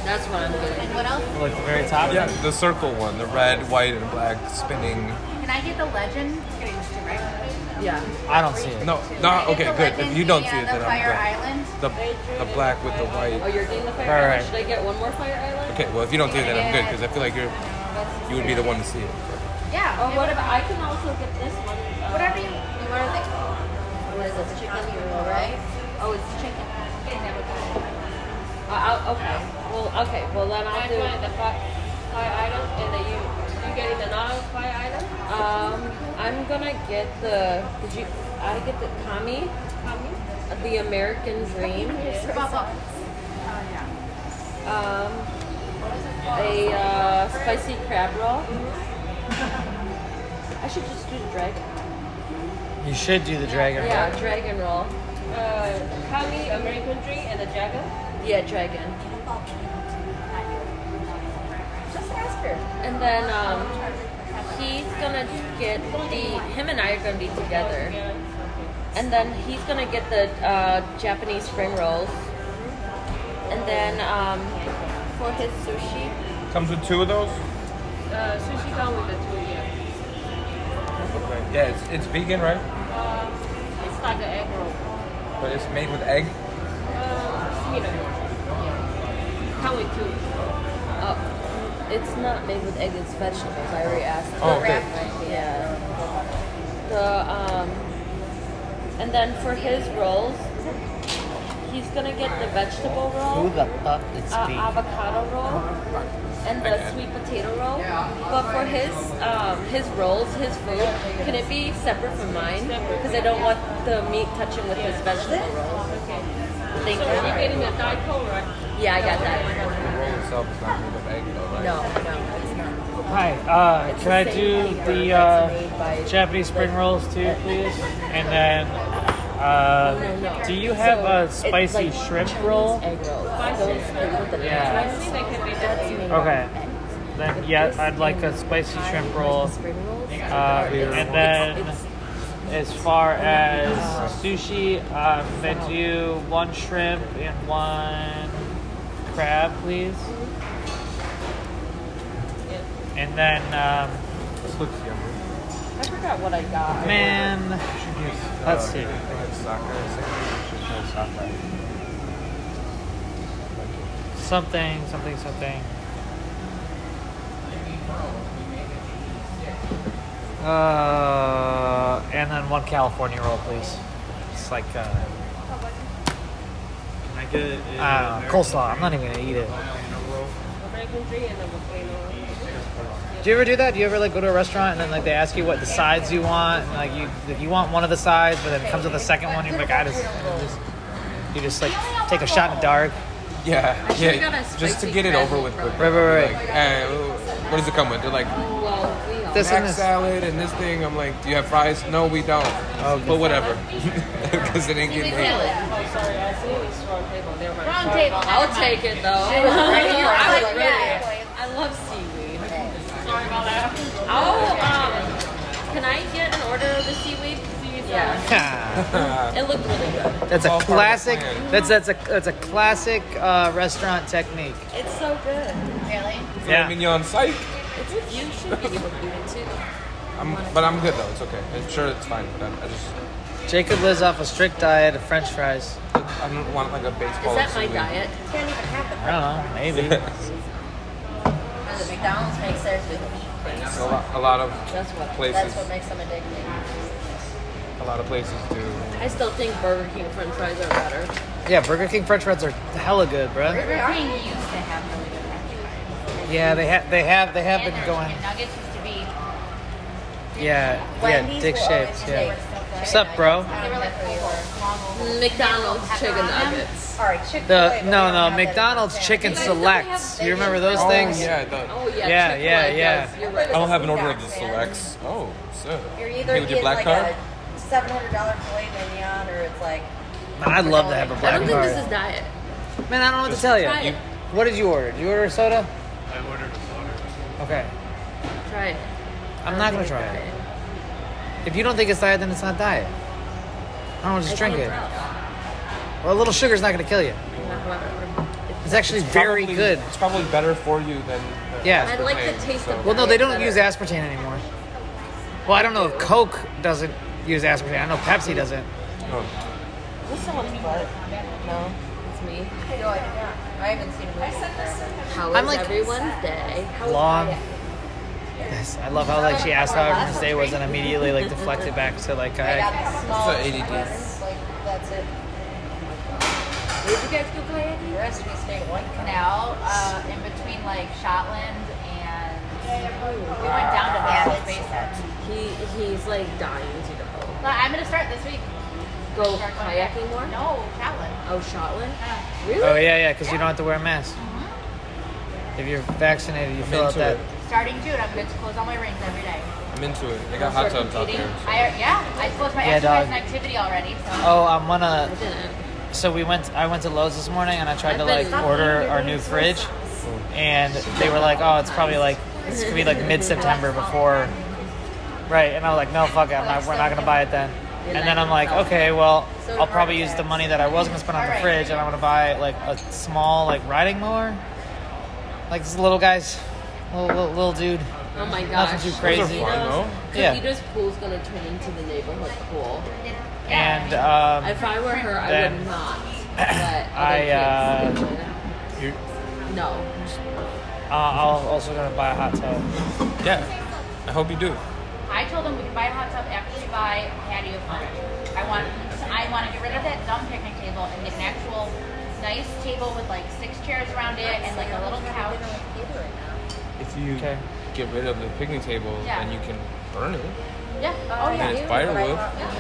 That's what I'm getting.
And what else?
like the very top.
Yeah, the circle one, the red, white, and black spinning.
Can I get the legend? It's getting used to, right?
Yeah.
I don't see it.
No,
Can I
no. Okay,
get the
good. If
legend,
you don't
the,
see
uh,
it, then
the Fire
I'm
Island.
good. The the black with the
Oh,
white.
you're getting the fire
All
island.
right.
Should I get one more fire island?
Okay, well if you don't see it, then I'm good because I feel like you're you would be the one to see it.
Yeah.
Oh, what about? I can also get this one. uh,
Whatever you. You want to What is this? Chicken noodle, right?
Oh, it's chicken. Uh, I'll, okay. Well, okay. Well, then I'll
I'm
do.
doing the five, five items and then you, you getting the non-five items?
Um, I'm gonna get the. Did you? I get the kami, the American Dream.
Oh,
Um, a uh, spicy crab roll.
Mm-hmm.
I should just do the dragon.
You should do the dragon.
Yeah, dragon roll.
Uh, Kami, American drink and the dragon?
Yeah, dragon. Just ask her. And then um, he's gonna get the. Him and I are gonna be together. And then he's gonna get the uh, Japanese spring rolls. And then um, for his sushi,
Comes with two of those.
Uh, sushi come with the two, yeah.
Yeah, it's it's vegan, right?
Uh, it's like an egg roll.
But it's made with egg.
Uh, you know, come with two.
uh, it's not made with egg, it's vegetables. I already asked.
Oh, okay.
Yeah. The um, and then for his rolls, he's gonna get the vegetable
Who
roll,
the fuck is
uh,
me?
avocado roll, and the sweet potato roll. But for his um, his rolls, his food, can it be separate from mine? Because I don't want the meat touching with his vegetable rolls. Thank
So we're
you.
getting the daiko, right?
Yeah, I got that.
The roll itself is not made of egg, though, right?
No, no, it's not.
Hi. Uh, can I do the uh,
by-
Japanese spring rolls too, please? And then, uh, do you have a
So, it's
spicy
like
shrimp
Chinese
roll?
Egg roll. Those things with the
Yeah.
I think they can be
That's
the
me.
Okay. Then yeah, I'd like a spicy shrimp roll.
Spring rolls.
Uh, and then, as far as sushi, I'm gonna do one shrimp and one crab, please. And then, um,
This looks yummy.
I forgot what I got.
man,
Should use,
Let's see.
I think it's soccer. It's like, we should try soccer.
something, something, something. Uh, and then one California roll, please. It's like uh,
Can I get a
uh, coleslaw. I'm not even gonna eat it.
American Dream and then volcano.
Do you ever do that? Do you ever like go to a restaurant and then like they ask you what the sides you want, and, like you if you want one of the sides, but then it comes with a second one. You're like, I just, I just you just like take a shot in the dark.
Yeah,
should've got
yeah.
a
Just to
spicy
get it
bread
over
with
with quick.
Right, right, right.
Like, eh, what does it come with? They're like
Well, we all.
This
mac
and this.
salad and this thing. I'm like, do you have fries? No, we don't. but whatever, because it ain't getting ate.
Oh, sorry, I see it was wrong table. Never mind.
Wrong
Sorry
table.
about that. I'll take it though.
I
I,
like
like
that.
I love seaweed. Sorry about that. Oh, um, can I get an order of the seaweed? Yeah.
that's
Uh,
It looked really good.
a
All part of the
classic.
plan.
That's that's a that's a classic uh, restaurant technique.
It's so good.
Really?
Yeah.
Filet mignon, psych.
It's, you should be able to do it too.
I'm, but I'm good though. It's okay. I'm sure it's fine. But I'm, I just
Jacob lives off a strict diet of French fries.
I don't want like a baseball.
Is that my
seaweed.
diet?
Can't even have
I don't know, maybe.
Does it McDonald's makes theirs with meat base?
A lot, a lot of
That's what
Places.
that's what makes them addicting.
a lot of places do.
I still think Burger King French fries are better.
yeah, Burger King French fries are hella good, bruh.
Burger King used to have really good fries.
Yeah, they have they have they have been
And their
going.
chicken nuggets used to be.
Yeah, yeah, dick shapes. Yeah. What's up, bro?
They were like full, long,
Mm,
McDonald's chicken nuggets.
All right, chicken.
The no no McDonald's chicken
You guys don't have-
selects.
they
You remember those
Oh
things?
yeah, the,
Oh
Yeah,
yeah, Chick-fil-A
yeah,
does.
yeah.
You're right.
I don't have an order of the selects. Oh, sir.
You're
Hey,
either
with
getting
your black
like
card.
a seven hundred dollar filet mignon, or it's like
I'd love to have a
I
black
don't think this
card.
is diet.
Man, I don't know what to tell you.
Try it.
What did you order? Did you order a soda?
I ordered a soda.
Okay.
Try it.
I'm not gonna try it. If you don't think it's diet, then it's not diet. I don't know, just drink it. Well, a little sugar's not gonna kill you. It's actually very
Probably-
good.
It's probably better for you than. uh, the
Yeah.
I
aspartame,
like the taste
so-
of
Well, no, they don't
Better.
use aspartame anymore. Well, I don't know if Coke doesn't use aspartame. I know Pepsi doesn't.
Oh.
No, it's me.
I know I can't. I haven't seen a movie. I said this.
How
I'm
is
like-
every Wednesday? How is
Long.
diet?
Yes, I love how like she asked how everyone's day was and immediately like deflected back to like
I got
kayak.
the small.
It's a ADD.
ones, Like that's it.
Did you guys do kayaking?
The rest we stay white.
canal uh, in between like Shotland and we went down to Bass Basin.
He he's like dying to
But I'm gonna start this week.
go. Go
Start going back.
kayaking more?
No, Shotland.
Oh, Shotland?
Yeah.
Really?
Oh yeah, yeah, because you don't have to wear a mask. If you're vaccinated, you
I'm
fill out
into
that.
it.
Starting June, I'm going to close all my rings every day.
I'm into it. They got hot tubs out there.
I yeah, I closed my
Yeah, dog.
exercise and activity already. So
Oh, I'm gonna.
I didn't.
So we went. I went to Lowe's this morning and I tried to like
Stop
order our new fridge, and they were like, "Oh, it's probably like it's gonna be like mid-September before." Right, and I was like, "No, fuck it. I'm not, we're not gonna buy it then." And then I'm like, "Okay, well, I'll probably use the money that I was gonna spend on the fridge, and I'm gonna buy like a small like riding mower, like this little guy's, little little, little dude.
Oh my gosh.
too crazy.
Those are fun, though.
Yeah.
Cavita's pool's gonna turn into the neighborhood pool.
And um,
If I were her, I
Then-
would not. But other
I,
kids
uh,
would.
You-
no.
uh, I'm also gonna buy a hot tub.
Yeah. I hope you do.
I told them we can buy a hot tub after we buy patio furniture. I want I want to get rid of that dumb picnic table and get an actual nice table with like six chairs around it and like a little couch.
If you
Okay.
get rid of the picnic table,
Yeah.
then you can burn it.
Yeah. Oh
And
yeah.
it's firewood.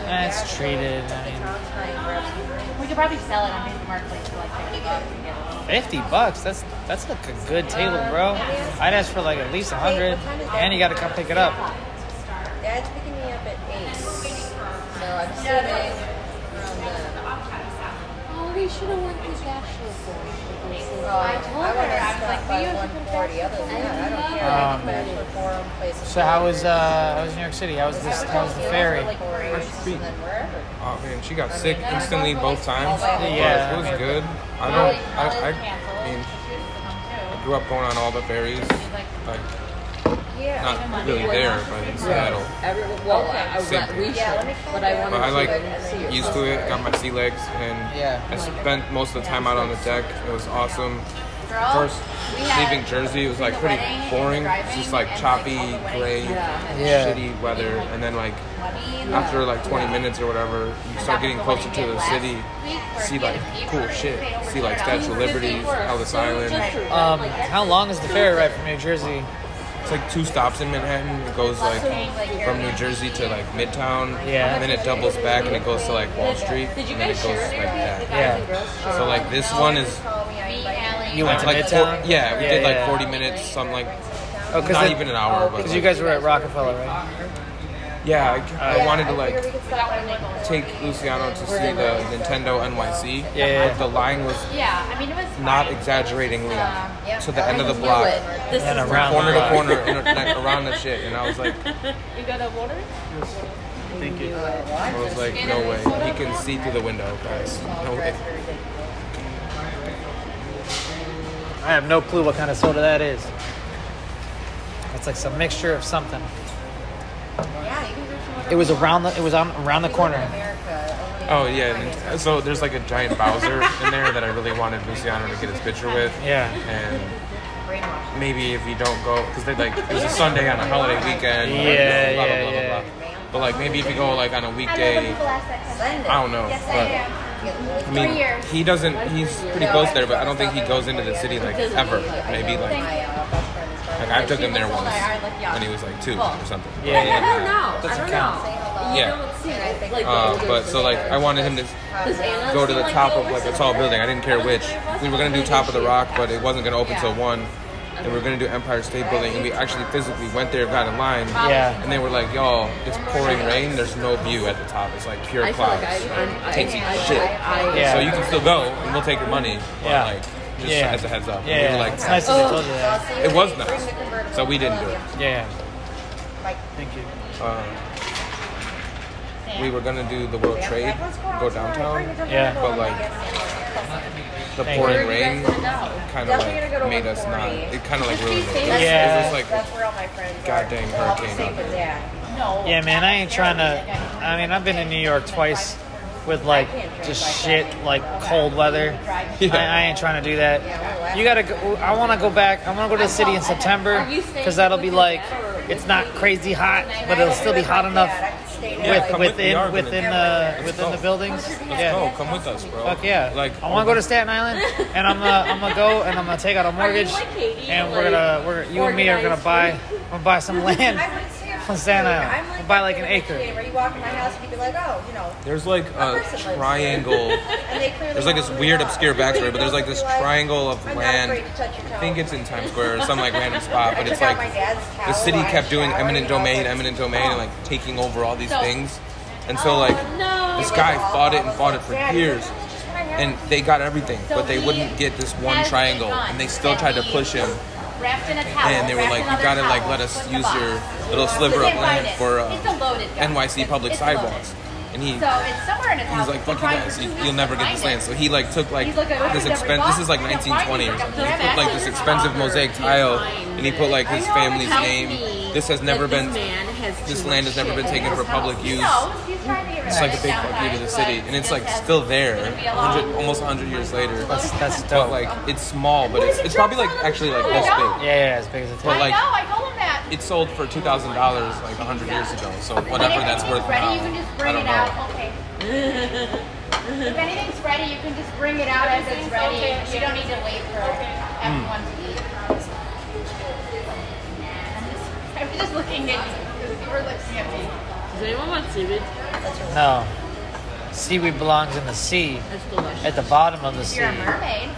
Eh, it's treated. I mean,
We could probably sell it on Facebook Marketplace for like fifty bucks and get it.
Fifty bucks. That's that's like a good table, bro. I'd ask for like at least a hundred, and you got to come pick it up.
Dad's picking me up at eight. So I'm sitting.
Oh, we should have went to National
Oh,
Forum.
I
told her, I was like,
by
"We have to
one forty. Other than that, I don't care. I can bash the forum places.
So how was uh how was New York City? How was this? How was the ferry?
Like Warriors,
Speak.
and then wherever.
Oh man, she got sick instantly both times.
Yeah.
But it was good. I
Molly,
don't. I,
Molly's
I,
canceled.
I mean,
She was supposed
grew up going on all the ferries.
to come, too.
Like,
Yeah.
not really there, but in Seattle.
Everyone, well, I, I was
Same
at
thing.
we should,
Yeah, let me call
but I
her.
wanted
But I
to
like
go and see your
used to
sister.
it. Got my sea legs, and
Yeah.
I spent most of the time out on the deck. It was awesome.
girl,
first
we had
leaving Jersey, it was like
the
pretty
wedding and the
boring.
driving
It's just like
and, all
choppy,
the wedding
gray,
stuff and
Yeah.
shitty weather, and then like
money.
after like 20 minutes or whatever, you start getting closer to the city, see like cool shit, see like Statue of Liberty, Ellis Island.
Um, how long is the ferry ride from New Jersey?
It's like two stops in Manhattan. It goes like from New Jersey to like Midtown,
Yeah.
and then it doubles back and it goes to like Wall Street, and then it goes like that.
Yeah.
So like this one is
You went
it's
to
like
Midtown?
four, yeah, we
Yeah,
did like
yeah.
40 minutes, some like
Oh,
not
because
even an hour, but
you
like-
guys were at Rockefeller, right?
yeah, I, I wanted to like take Luciano to see the Nintendo NYC.
Yeah, yeah, yeah.
the line was
Yeah, I mean it was
not
fine.
exaggeringly
yeah.
to the end of the block,
This
And
is
around
corner
the
to
block.
corner, in, like, around the shit, and I was like,
You got a water?
Thank you.
I was like, no way, he can see through the window, guys, no way.
I have no clue what kind of soda that is. It's like some mixture of something. It was around the it was on around the corner.
Oh yeah, and so there's like a giant Bowser in there that I really wanted Luciano to get his picture with.
Yeah.
and maybe if you don't go because they like it was a Sunday on a holiday weekend. blah,
Yeah,
blah, blah,
yeah,
blah,
yeah.
blah, blah. But like maybe if you go like on a weekday, I don't know. But I mean, he doesn't. He's pretty close there, but I don't think he goes into the city like ever. Maybe like like I took him there once when he was like two or something.
Yeah,
I
yeah.
don't know. I
Doesn't
don't
count.
know.
Yeah.
Yeah. Like,
Uh, but so like I wanted him to
does Anna
go to the
still,
top
go
of
over
like a
some
tall
of
building. I
it?
didn't care which. We were gonna do top of the rock, but it wasn't gonna open till
Yeah.
one. And we were gonna do Empire State Building, and we actually physically went there, got in line,
Yeah.
and they were like, "Y'all, it's pouring rain. There's no view at the top. It's like pure
I feel
clouds.
like I, I'm, I,
It takes you
I,
shit.
I, I,
Yeah.
So you can still go, and we'll take your money. But
Yeah.
like, just
Yeah.
as a heads up. And we were
Yeah.
like,
it's nice that they told you that.
it was nice. So we didn't do it.
Yeah. Thank you.
Uh, we were gonna do the World Trade, go downtown,
Yeah.
but like the
Thank
pouring
you.
rain kind of like made us not. It kind of like ruined it.
Yeah.
It was like
That's where all my friends are.
goddamn
They're all the
hurricane
same
out
as
there.
that.
No.
Yeah, man, I ain't trying to. I mean, I've been in New York twice with like just shit, like cold weather.
Yeah.
I, I ain't trying to do that. You gotta. Go, I want to go back. I want to go to the city in September because that'll be like it's not crazy hot, but it'll still be hot enough
Yeah,
with,
come with me, we are
within
gonna
within the within
do go.
the buildings.
No,
Yeah.
oh, come with us, bro.
Fuck yeah!
Like
I want to go to Staten Island, and I'm gonna I'm gonna go and I'm gonna take out a mortgage,
like Katie,
and we're
like,
gonna we're you and me are gonna buy we're gonna buy some land on Staten Island. We'll buy like an acre.
Where you walk in my house, you'd be like, oh, you know.
There's like a triangle.
And they clearly
There's like this
walk
weird
around.
obscure backstory, but there's like this triangle of
I'm not afraid
land.
to touch your
I think
toe.
it's in Times Square or some like random spot, but
I
it's
took out
like
my dad's
the
towel
city
while I Oh,
kept doing
showered,
eminent
and I was
domain,
like,
eminent domain, and like taking over all these things. And so like
no.
this guy fought it and fought it for years, and they got everything, but they wouldn't get this one triangle, and they still tried to push him.
Wrapped in a towel.
And they were
wrapped
like,
in
"You
other
gotta like
towels,
let us
put in the
use
box."
your little sliver
They
of
find
land
it.
for uh,
It's a loaded gun.
NYC public
It's loaded.
sidewalks," and he
So uh, it's somewhere in his house.
He's like, fuck you
Tried for
guys,
two
you,
weeks
you'll
to
never get
find
this
it.
land. So he like took like
He's like, I
this
opened every
expense.
box,
This is like
I couldn't find
1920 or
it.
something.
Like, "Oh,
He put like this expensive mosaic tile, and he put like his family's name. This has never been. This land has never been taken for public
He
use.
knows he's trying to get rid
It's
of
like
it.
a big fuck you to the city, and it's like still there, 100, almost 100 years later.
That's that's
But
dope.
like it's small, but it's, it's probably like actually like this
yeah,
big.
yeah, as big as a
But
tent.
I
like
know. I told him that.
it sold for two thousand dollars like hundred years ago. So whatever that's worth now,
Ready, you can just
I
bring
don't
it
know.
out. Okay. if anything's ready, you can just bring it out as it's ready. You don't need to wait for everyone to eat. I'm just, I'm just looking at you because you were looking at me.
Does anyone want seaweed?
no, seaweed belongs in the sea,
That's delicious.
at the bottom of the
If
sea.
you're a mermaid,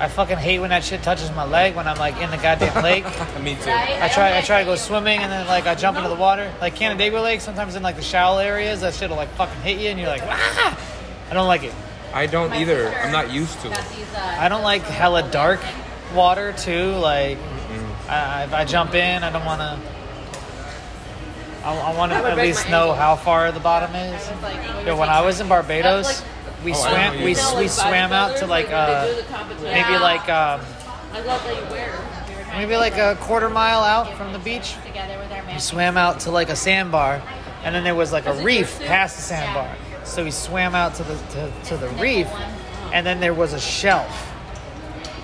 I fucking hate when that shit touches my leg when I'm like in the goddamn lake.
Me too.
right?
I try I try to go swimming and then like I jump into the water. Like Canandaigua Lake, sometimes in like the shallow areas, that shit'll like fucking hit you and you're like, ah! I don't like it.
I don't either. I'm not used to it.
Got these, uh,
I don't like hella dark water too. Like I, I, I jump in, I don't want to. I, I want to at least know how far the bottom is. Yo, when I was in Barbados, we
Oh, I
swam
know you
we,
do.
s- we swam out to like uh, maybe like um,
I love that you wear.
maybe like a quarter mile out from the beach.
together with our man.
We swam out to like a sandbar, and then there was like a reef past the sandbar. So we swam out to the to, to the reef, and then there was a shelf.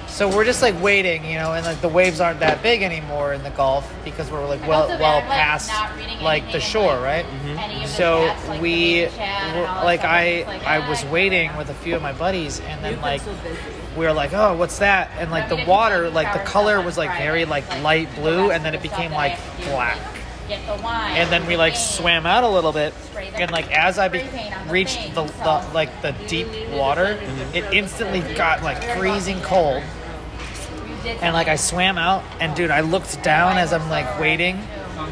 So we're just like waiting, you know, and like the waves aren't that big anymore in the Gulf because we're like
I'm
well
also bad
well
at, like,
past
not reading
like
anything
the
and,
shore,
like,
right?
Any of the
Mm-hmm. So
chats, like,
we
the main chat and
were-
all that
like
stuff, I'm
I
just like,
I was
"Ah,
waiting
yeah."
with a few of my buddies and then like
so busy.
we were like, oh, what's that? And like
I
the
mean,
water,
it's
like the
sour
color
stuff
was
on
like very
Friday,
like light blue,
rest
and then
of
it
the
became
stuff
like
that I have to do,
black.
like, Get the wine.
And then we like swam out a little bit,
Spray the-
and like as I be-
spray paint on the
reached
thing,
the,
so-
the like the deep water,
Mm-hmm.
it instantly got like freezing cold. And like I swam out, and dude, I looked down as I'm like waiting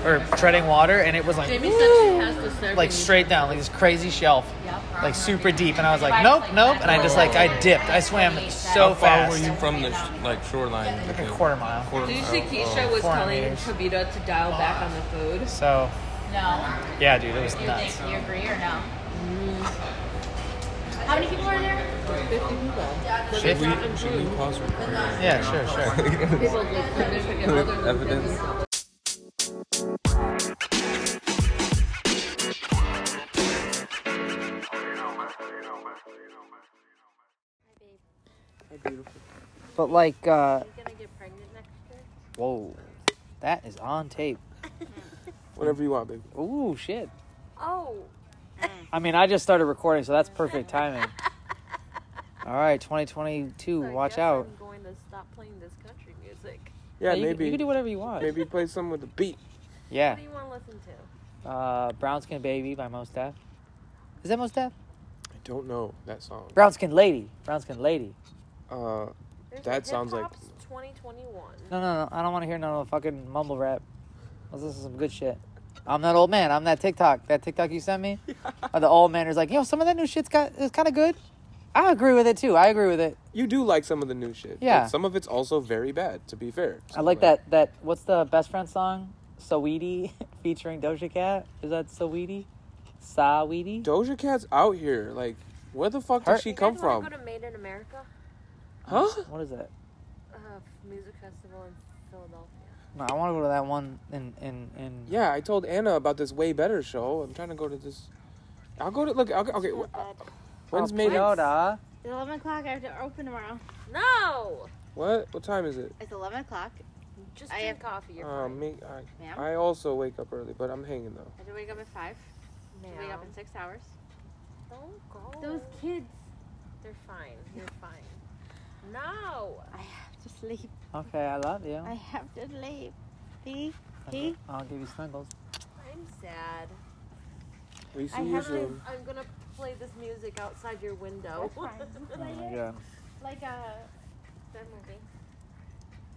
or treading water, and it was like
Jamie said she has to serve
like
me.
straight down, like this crazy shelf, like super deep. And I was like, nope, nope. And I just like I dipped. I swam
How
so
far were
fast,
you from the sh- like shoreline? Like
like a quarter mile.
quarter
Did you
mile? Oh.
see Keisha was
Four
telling
meters.
Kavita to dial back on the food?
So
No.
yeah, dude, it was
You
nuts.
think you agree or no?
Mm.
How many people are in there?
Oh. Should we, should we pause recording?
Yeah, sure, sure.
Evidence.
But like, uh, whoa, that is on tape.
Whatever you want, baby.
Ooh, shit.
Oh.
I mean, I just started recording, so that's perfect timing. All right, 2022, watch out.
I'm going to stop playing this country music.
Yeah,
you,
maybe.
you can do whatever you want.
Maybe play some with the beat.
Yeah.
What do you want to listen to?
Uh, Brown Skin Baby by Mos Def. Is that Mos Def?
I don't know that song.
Brown Skin Lady. Brown Skin Lady.
Uh,
There's
That
like
sounds like-
hip-hop's 2021.
No, no, no. I don't want to hear none of the fucking mumble rap. Let's listen to some good shit. I'm that old man. I'm that TikTok. That TikTok you sent me? Or the old man is like, yo, some of that new shit's got is kind of good. I agree with it too. I agree with it.
you do like some of the new shit. but
Yeah.
Some of it's also very bad, to be fair.
I
So,
like that. That what's the best friend song? Saweetie featuring Doja Cat. Is that Saweetie? Saweetie.
Doja Cat's out here. Like, where the fuck
Her-
did she come
you guys wanna
from?
Go to Made in America,
Huh?
What is that?
uh, music festival in Philadelphia.
No, I want to go to that one in in in.
Yeah, I told Anna about this way better show. I'm trying to go to this. I'll go to look. I'll, go- okay, wh- uh, when's Made? in-
Yoda.
It's 11 o'clock. I have to open tomorrow.
No,
What? What time is it?
It's 11 o'clock.
just
I
drink
have-
coffee. You're
Uh, me.
Ma'am?
I, I also wake up early, but I'm hanging though.
I have to wake up at 5. I
fine.
have to wake up in 6 hours.
Don't go.
Those kids.
They're fine. You're fine. No.
I have to sleep.
Okay, I love you.
I have to sleep. See? See?
I'll give you snuggles.
I'm sad.
We
I
see you
have
soon.
I'm gonna play this music outside your window.
That's fine.
Oh my god.
Like a. That movie.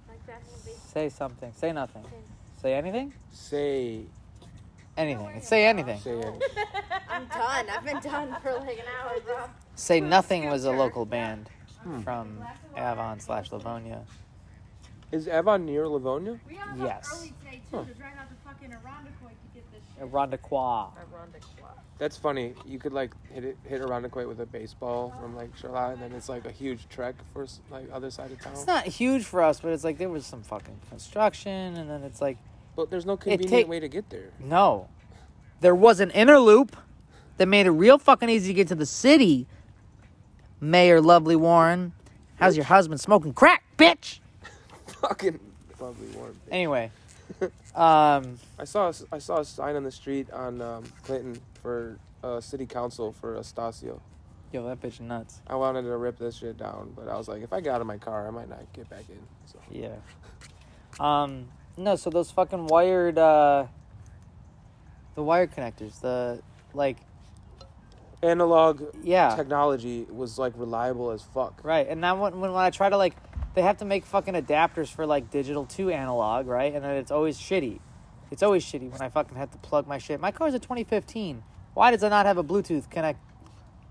Like that movie.
Say something. Say nothing. Say anything.
Say,
Anything. Say anything.
say it.
I'm done. I've been done for like an hour, bro.
Say Nothing was a local band
Hmm.
from Avon slash Livonia.
Is Avon near Livonia?
We all got
Yes.
early today, too, to drive out the fucking Irondequoit to get this shit.
Irondequoit.
That's funny. You could like hit it, hit around Equate with a baseball from like Charlotte, and then it's like a huge trek for s- like other side of
It's
town.
not huge for us, but it's like there was some fucking construction, and then it's like
But there's no convenient
ta-
way to get there.
no, there was an inner loop that made it real fucking easy to get to the city. Mayor Lovely Warren, how's your husband smoking crack, bitch?
Fucking lovely warm.
Anyway, um,
I saw a s- I saw a sign on the street on um, Clinton for uh, city council for Estacio.
yo, that bitch nuts.
I wanted to rip this shit down, but I was like, if I got out of my car, I might not get back in. So
Yeah. Um, no, so those fucking wired, uh, the wired connectors, the like,
analog
yeah.
technology was like reliable as fuck.
Right, and now when, when when I try to like, they have to make fucking adapters for like digital to analog, right? And then it's always shitty. It's always shitty when I fucking have to plug my shit. My car's a 2015. Why does it not have a Bluetooth connect?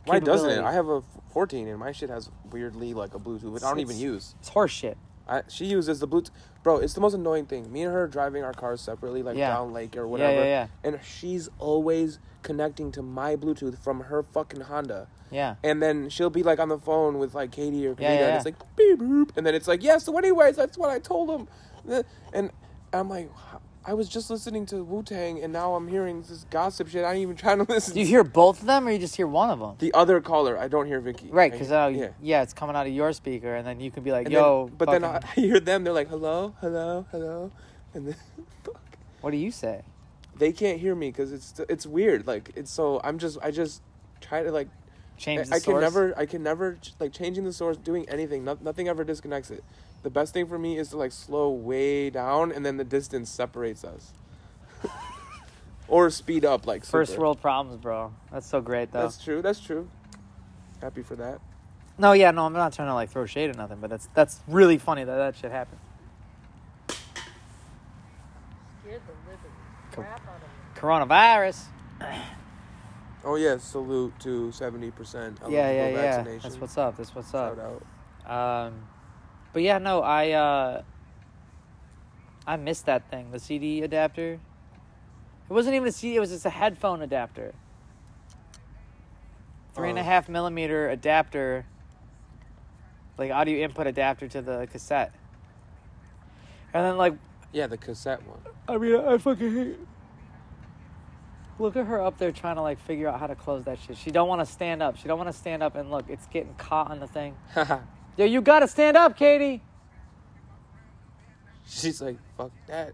Why doesn't it?
capability?
I have a 14, and my shit has weirdly like a Bluetooth, which I don't
It's-
even use.
It's horse shit.
I, she uses the Bluetooth. Bro, it's the most annoying thing. Me and her driving our cars separately, like
Yeah.
down lake or whatever.
yeah.
And she's always connecting to my Bluetooth from her fucking Honda.
Yeah.
And then she'll be like on the phone with like Katie or Kanita,
Yeah,
and
yeah,
it's like beep boop, and then it's like yeah. So anyways, that's what I told him. And I'm like, "Wha- I was just listening to Wu Tang and now I'm hearing this gossip shit. I ain't even trying to listen.
Do you hear both of them, or you just hear one of them?
the other caller? I don't hear Vicky.
Right, because
I,
yeah. yeah, it's coming out of your speaker, and then you can be like,
And
"Yo,
then, but then I,
fucking-
I hear them. They're like, "Hello, hello, hello," and then
what do you say?"
they can't hear me because it's it's weird. Like it's so I'm just I just try to like
Change
I,
the
I can
source?
never I can never ch- like changing the source, doing anything. No, nothing ever disconnects it. The best thing for me is to like slow way down and then the distance separates us, or speed up like
First
super.
world problems, bro. That's so great, though.
That's true. That's true. Happy for that.
No, yeah, no, I'm not trying to like throw shade or nothing, but that's that's really funny that that shit happened.
Scared the living
Cool.
crap out of me.
Coronavirus.
Oh yeah, salute to seventy percent.
yeah, yeah, yeah. That's what's up. That's what's up.
Shout out.
Um, but yeah, no, I uh, I missed that thing, the CD adapter. It wasn't even a CD; it was just a headphone adapter. Three and a
Oh.
half millimeter adapter, like audio input adapter to the cassette. And then, like,
Yeah, the cassette one.
I mean, I fucking hate. Look at her up there trying to like figure out how to close that shit. She don't want to stand up. She don't want to stand up and look. It's getting caught on the thing. Yo, you gotta stand up, Katie.
She's like, fuck that.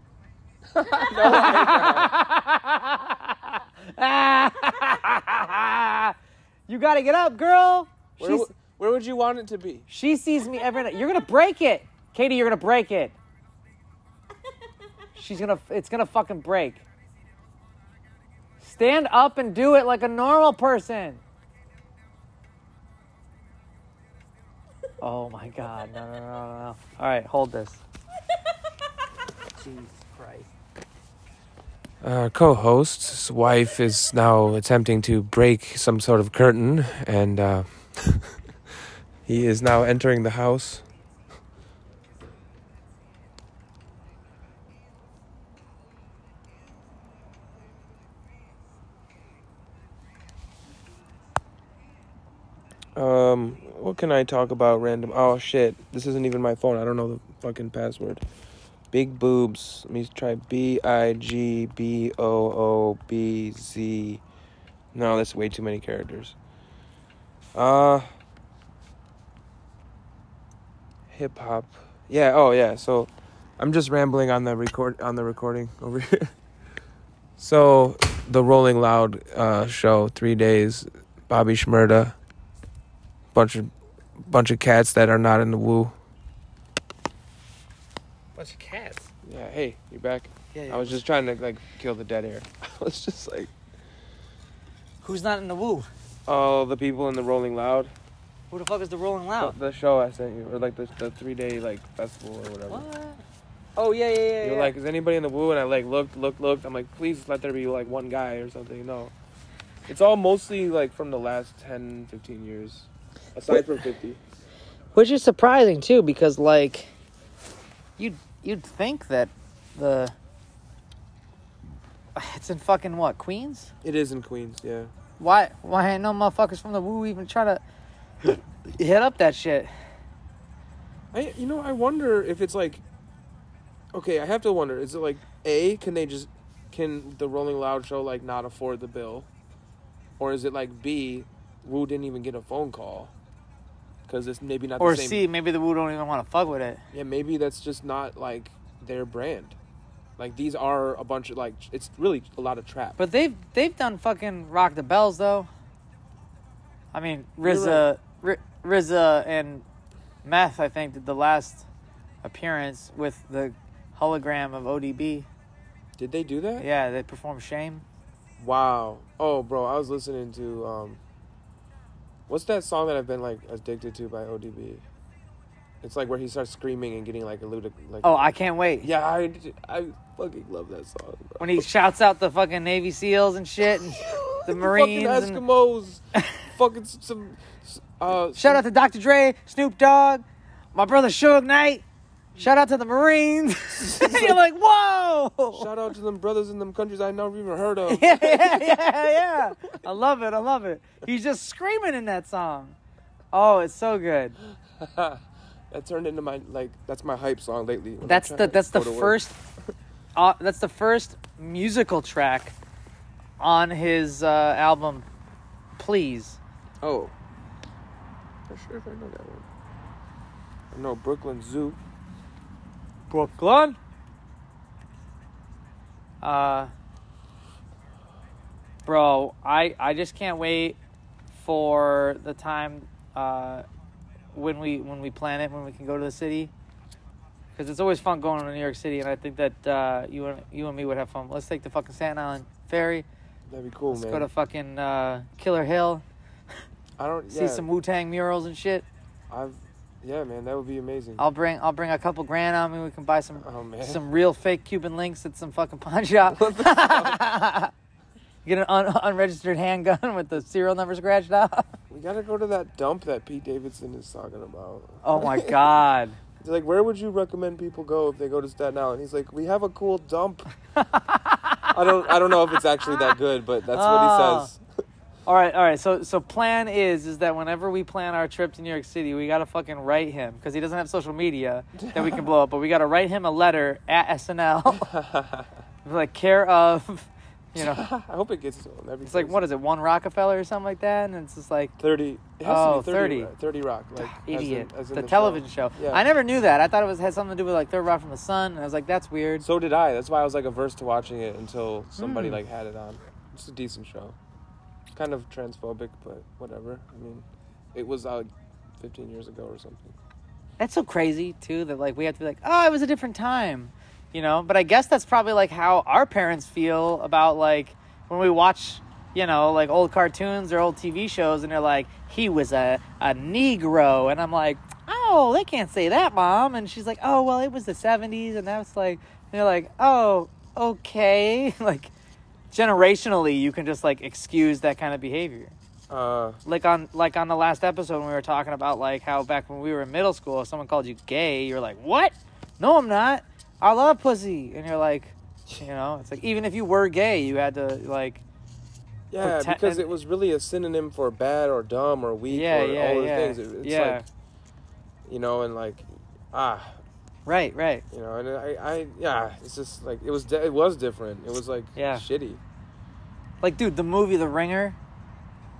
you gotta get up, girl.
Where,
She's-
w- where would you want it to be?
she sees me every night. You're gonna break it, Katie. You're gonna break it. She's gonna. It's gonna fucking break. Stand up and do it like a normal person. Oh my god! No, no, no, no, no. All right, hold this. Jesus Christ.
Uh,
Our co-host's wife is now attempting to break some sort of curtain, and uh, he is now entering the house.
Um, what can I talk about random? Oh shit, this isn't even my phone. I don't know the fucking password. Big boobs. Let me try B I G B O O B Z. No, that's way too many characters. Uh, hip hop. Yeah. Oh yeah. So, I'm just rambling on the record on the recording over here. So, the Rolling Loud uh, show, three days. Bobby Shmurda bunch of bunch of cats that are not in the woo.
Bunch of cats.
Yeah, hey, you're back.
Yeah,
I was just trying to like kill the dead air. I was just like,
Who's not in the woo?
oh, the people in the Rolling Loud,
Who the fuck is the Rolling Loud?
the show I sent you, or like the, the three day like festival or whatever.
What? Oh yeah, yeah, yeah.
You're
yeah.
like, is anybody in the woo? And I like looked, looked, looked. I'm like, please let there be like one guy or something. No, it's all mostly like from the last 10, 15 years, aside from 50.
Which is surprising too, because like, you'd you'd think that the it's in fucking what Queens?
It is in Queens, yeah.
Why why ain't no motherfuckers from the Woo even try to hit up that shit?
I you know I wonder if it's like okay I have to wonder is it like a can they just can the Rolling Loud show like not afford the bill or is it like B Wu didn't even get a phone call because it's maybe not
Or
the same
see, maybe the Woo don't even want to fuck with it.
yeah maybe that's just not like their brand like these are a bunch of like it's really a lot of trap
But they've they've done fucking rock the bells though. I mean RZA, R- RZA and Meth, I think did the last appearance with the hologram of ODB.
did they do that
Yeah, they performed Shame.
wow oh bro I was listening to um what's that song that I've been like addicted to by ODB. It's like where he starts screaming and getting like a ludic like
Oh, I can't wait.
Yeah, I, I fucking love that song, bro.
When he shouts out the fucking Navy SEALs and shit, and the Marines.
fucking
And
Eskimos, fucking s- some, s- uh,
shout out to Dr. Dre, Snoop Dogg, my brother Suge Knight. Shout out to the Marines. You're like, whoa.
shout out to them brothers in them countries I never even heard of.
yeah, yeah, yeah, yeah. I love it. I love it. He's just screaming in that song. Oh, it's so good.
that turned into my like that's my hype song lately. when I'm
That's
trying
the
to
that's the
go to work.
first. uh, that's the first musical track on his uh, album. Please.
Oh. Not sure if I know that one. I know Brooklyn Zoo.
Brooklyn. Uh, bro, I I just can't wait for the time uh, when we when we plan it when we can go to the city because it's always fun going to New York City, and I think that uh, you and you and me would have fun. Let's take the fucking Staten Island ferry.
That'd be cool,
Let's
man.
go to fucking uh, Killer Hill.
I don't.
See
yeah,
some Wu Tang murals and shit.
I've. Yeah, man, that would be amazing.
I'll bring I'll bring a couple grand on me. We can buy some
Oh, man.
some real fake Cuban links at some fucking pawn shop. Get an un- unregistered handgun with the serial number scratched out.
we gotta go to that dump that Pete Davidson is talking about.
Oh my god.
They're like, where would you recommend people go if they go to Staten Island? He's like, we have a cool dump. I don't. I don't know if it's actually that good, but that's what
Oh.
he says.
All right, all right. So so plan is is that whenever we plan our trip to New York City, we gotta fucking write him because he doesn't have social media that we can blow up. But we gotta write him a letter at SNL, like care of, you know.
I hope it gets to him. That'd be
It's like
crazy.
what is it, one Rockefeller or something like that? And it's just like
30 it has to
Oh,
be 30
30.
Rock- 30 rock like as in-
idiot,
as in
the,
show.
television show.
Yeah.
I never knew that. I thought it was had something to do with like Third Rock from the Sun, and I was like, that's weird.
so did i that's why i was like averse to watching it until somebody
Hmm.
like had it on it's a decent show kind of transphobic but whatever i mean it was uh, 15 years ago or something
That's so crazy too that like we have to be like, oh, it was a different time, you know. But I guess that's probably like how our parents feel about like when we watch, you know, like old cartoons or old TV shows, and they're like, he was a a Negro, and I'm like, oh, they can't say that, mom. And she's like, oh, well, it was the '70s, and that's like, and they're like, oh, okay, like generationally, you can just like excuse that kind of behavior
uh
like on like on the last episode when we were talking about like how back when we were in middle school if someone called you gay you're like what no i'm not i love pussy and you're like you know it's like even if you were gay you had to like
yeah
Protect-
because it was really a synonym for bad or dumb or weak
Yeah,
or
yeah,
all those
yeah.
things It- it's
Yeah.
like you know and like ah
right right
you know and i i yeah it's just like it was di- it was different it was like
Yeah.
shitty
like dude the movie the ringer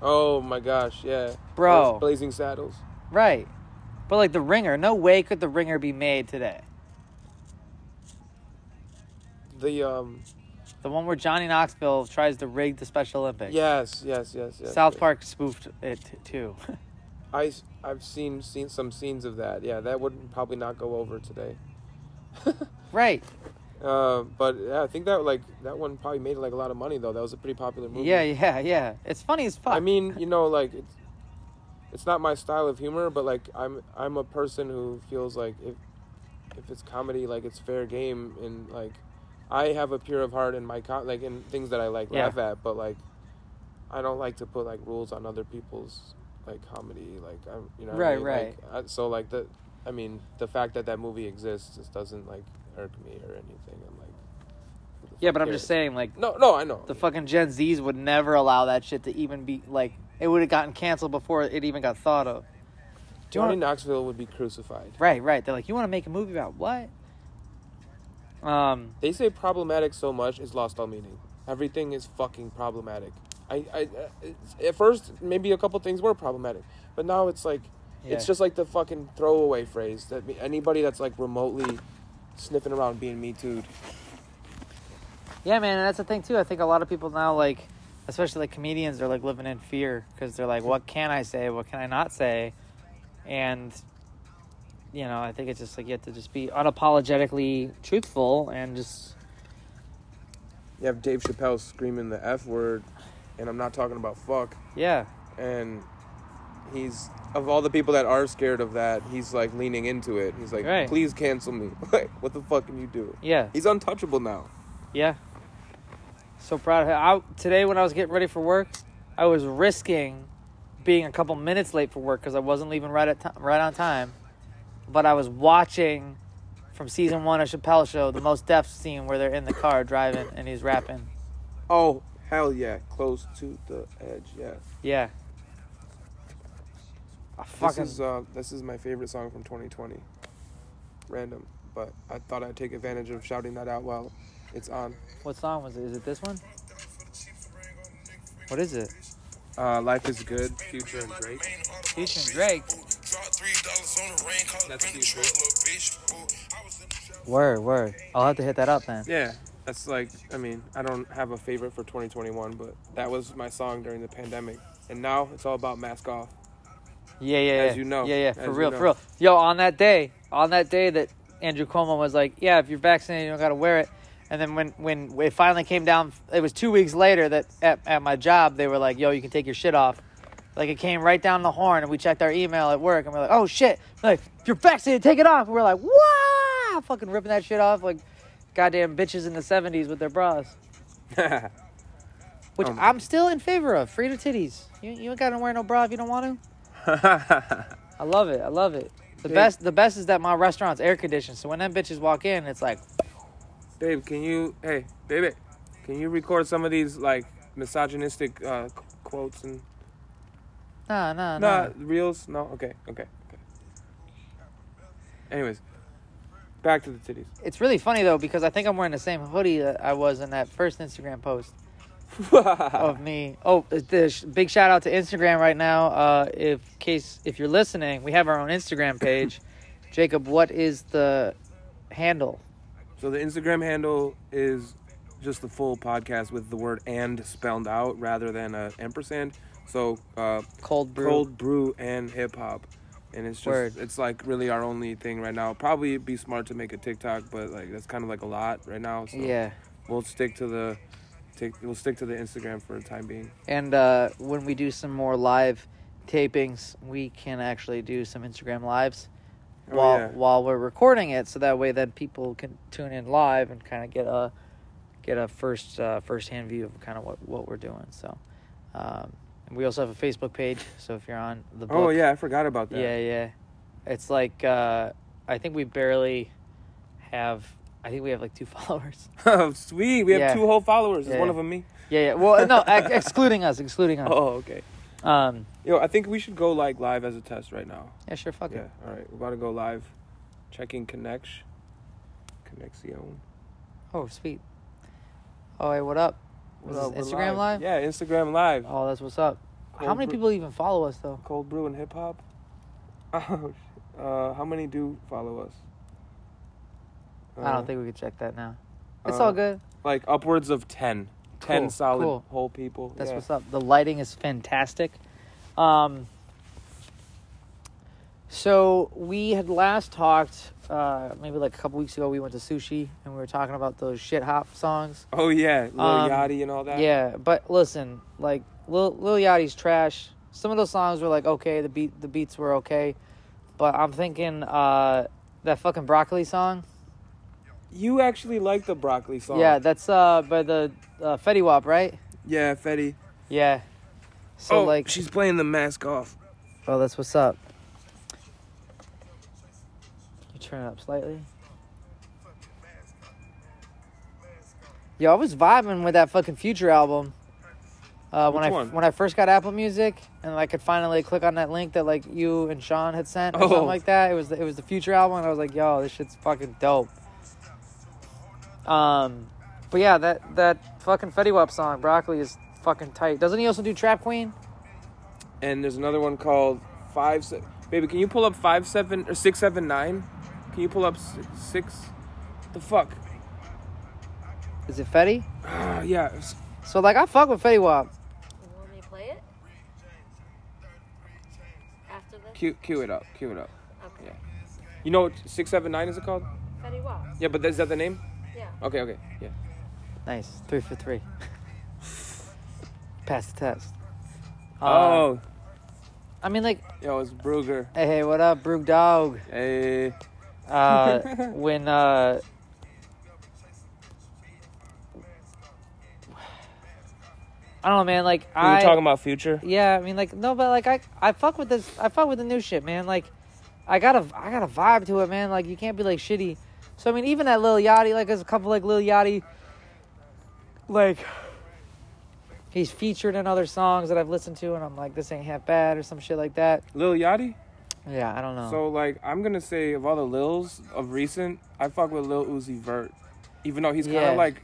oh my gosh yeah
Bro.
blazing saddles
right but like the ringer no way could the ringer be made today
The um
the one where johnny knoxville tries to rig the special olympics
yes, yes, yes, yes.
south
yes.
park spoofed it t- too
I I've seen seen some scenes of that. Yeah, that would probably not go over today.
right
Uh, but yeah, I think that like that one probably made like a lot of money though. That was a pretty popular movie.
yeah yeah yeah it's funny as fuck
I mean, you know, like it's it's not my style of humor, but like I'm I'm a person who feels like if if it's comedy, like it's fair game, and like I have a pure of heart in my com- like in things that I like
Yeah.
laugh at, but like I don't like to put like rules on other people's like comedy, like I'm you know what I
Right,
mean? Like, I- so like the I mean the fact that that movie exists just doesn't like irk me or anything. I'm like who the
yeah
fuck
but i'm
cares?
just saying like
No, no, I know.
The fucking Gen Zs would never allow that shit to even be like it would have gotten canceled before it even got thought of. Do you
Johnny
wanna-
Knoxville would be crucified.
Right, right. They're like, you want to make a movie about what? Um,
They say problematic so much it's lost all meaning. Everything is fucking problematic. I, I uh, it's, at first maybe a couple things were problematic, but now it's like
Yeah.
it's just like the fucking throwaway phrase that me- anybody that's like remotely sniffing around being me too.
yeah, man, and that's the thing too. I think a lot of people now, like, especially like comedians, they're like living in fear because they're like, what can I say? What can I not say? And you know, I think it's just like you have to just be unapologetically truthful and just
You have Dave Chappelle screaming the f word, and I'm not talking about fuck.
yeah,
And he's of all the people that are scared of that, he's like leaning into it. He's like,
Right.
please cancel me. Like, what the fuck can you do?
yeah.
He's untouchable now.
Yeah. So proud of her. I, today, when I was getting ready for work, I was risking being a couple minutes late for work because I wasn't leaving right at ti- right on time. But I was watching from season one of Chappelle Show the most deaf scene where they're in the car driving and he's rapping.
Oh, hell yeah. Close to the edge, yeah.
Yeah. I fucking
This is uh, this is my favorite song from 2020. Random, but I thought I'd take advantage of shouting that out while It's on.
What song was it? Is it this one? What is it?
Uh, Life is Good, Future and Drake.
Featuring Drake.
That's Future.
Word, word. I'll have to hit that up then.
Yeah, that's like, I mean, I don't have a favorite for 2021, but that was my song during the pandemic. And now it's all about mask off.
Yeah, yeah,
As
yeah.
you know.
Yeah, yeah,
As
for
you
real,
know.
for real. Yo, on that day, on that day that Andrew Cuomo was like, yeah, if you're vaccinated, you don't got to wear it. And then when, when it finally came down, it was two weeks later that at, at my job, they were like, yo, you can take your shit off. Like, it came right down the horn, and we checked our email at work, and we're like, oh shit, like, if you're vaccinated, take it off. And we're like, wow, fucking ripping that shit off, like goddamn bitches in the 70s with their bras. Which
Um.
I'm still in favor of. Free to titties. You, you ain't got to wear no bra if you don't want to. I love it. I love it. The
Dude.
best, the best is that my restaurant's air conditioned, so when them bitches walk in, it's like,
Babe, can you, hey, baby, can you record some of these like misogynistic uh, qu- quotes and
nah, nah, nah.
No, reels. No, okay, okay, okay. Anyways, back to the titties.
It's really funny though because I think I'm wearing the same hoodie that I was in that first Instagram post of me. Oh, the sh- big shout out to Instagram right now. Uh, if case if you're listening, we have our own Instagram page. Jacob, what is the handle?
so the Instagram handle is just the full podcast with the word and spelled out rather than a ampersand. So uh,
Cold brew.
cold brew and hip hop, and it's just
Word.
it's like really our only thing right now. Probably it'd be smart to make a TikTok, but like that's kind of like a lot right now. So
Yeah.
we'll stick to the. Take, we'll stick to the Instagram for the time being.
And uh, when we do some more live tapings, we can actually do some Instagram lives
Oh,
while
yeah.
while we're recording it, so that way then people can tune in live and kind of get a get a first uh, first hand view of kind of what what we're doing. So, um, and we also have a Facebook page. So if you're on the book,
Oh yeah, I forgot about that.
yeah, yeah, it's like uh, I think we barely have. I think we have like two followers.
Oh, sweet. We have
Yeah.
two whole followers. Is
Yeah. Uh-huh.
one of them me?
Yeah, yeah. Well, no, ex- excluding us, excluding us.
Oh, okay.
Um,
Yo, I think we should go like live as a test right now.
yeah, sure, fuck it.
Yeah. All right. We're about to go live. Checking connection. Connexion.
Oh, sweet. Oh, hey, what up? Is
What up?
this
We're
Instagram live?
Yeah, Instagram live.
Oh, that's what's up. How
Cold
many
brew-
people even follow us though?
Cold brew and hip hop. Oh, sh- uh, how many do follow us?
I
Uh,
don't think we could check that now. It's
uh,
all good.
Like upwards of ten. Ten
Cool,
solid
cool.
whole people.
That's
yeah.
what's up. The lighting is fantastic. Um, so we had last talked uh, maybe like a couple weeks ago. We went to sushi and we were talking about those shit hop songs.
Oh yeah, Lil
Um,
Yachty and all that.
Yeah, but listen, like Lil, Lil Yachty's trash. Some of those songs were like okay, the beat the beats were okay, but I'm thinking uh that fucking broccoli song.
You actually like the broccoli song.
Yeah, that's uh by the uh, Fetty Wap, right?
Yeah, Fetty.
Yeah. So
oh,
like,
she's playing the mask off.
oh, that's what's up. You turn it up slightly. Yo, I was vibing with that fucking Future album. Uh, when
Which
I
one?
when I first got Apple Music and I could finally click on that link that like you and Sean had sent or
Oh.
something like that. It was the, it was the Future album and I was like, yo, this shit's fucking dope. Um, but yeah, that that fucking Fetty Wap song, Broccoli, is fucking tight. Doesn't he also do Trap Queen?
and there's another one called five. Se- Baby, can you pull up five seven or six seven nine? Can you pull up si- six? The fuck?
Is it Fetty?
Ah, yeah. it's-
So like, I fuck with Fetty Wap.
Want me to play it? After this?
Cue, cue it up. Cue it up.
Okay.
Yeah. You know what six seven nine is it called?
Fetty Wap.
Yeah, but is that the name?
Yeah.
Okay, okay, yeah.
Nice, three for three. Pass the test. Uh,
oh,
I mean, like,
yo, it's Bruger.
hey, hey, what up, Brug Dog?
Hey,
uh, when uh, I don't know, man. Like
we were
I,
talking about future.
yeah, I mean, like no, but like I, I fuck with this. I fuck with the new shit, man. Like I got a, I got a vibe to it, man. Like you can't be like shitty. So I mean, even that Lil Yachty, like there's a couple like Lil Yachty, like he's featured in other songs that I've listened to, and I'm like, this ain't half bad or some shit like that.
Lil Yachty.
Yeah, I don't know.
So like, I'm gonna say of all the Lils of recent, I fuck with Lil Uzi Vert. even though he's kind
Yeah.
of like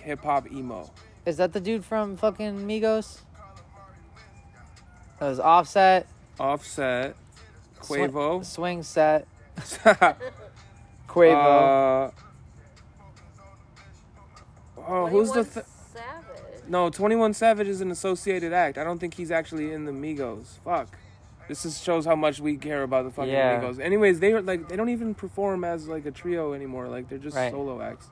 hip hop emo.
Is that the dude from fucking Migos? That was Offset.
Offset, Quavo,
Swing Set. Quavo.
Quavo. Uh, oh, who's the? Th- no, Twenty One Savage is an associated act. I don't think he's actually in the Migos. Fuck. This is, shows how much we care about the fucking
Yeah.
Migos. Anyways, they are like they don't even perform as like a trio anymore. Like they're just
Right.
solo acts.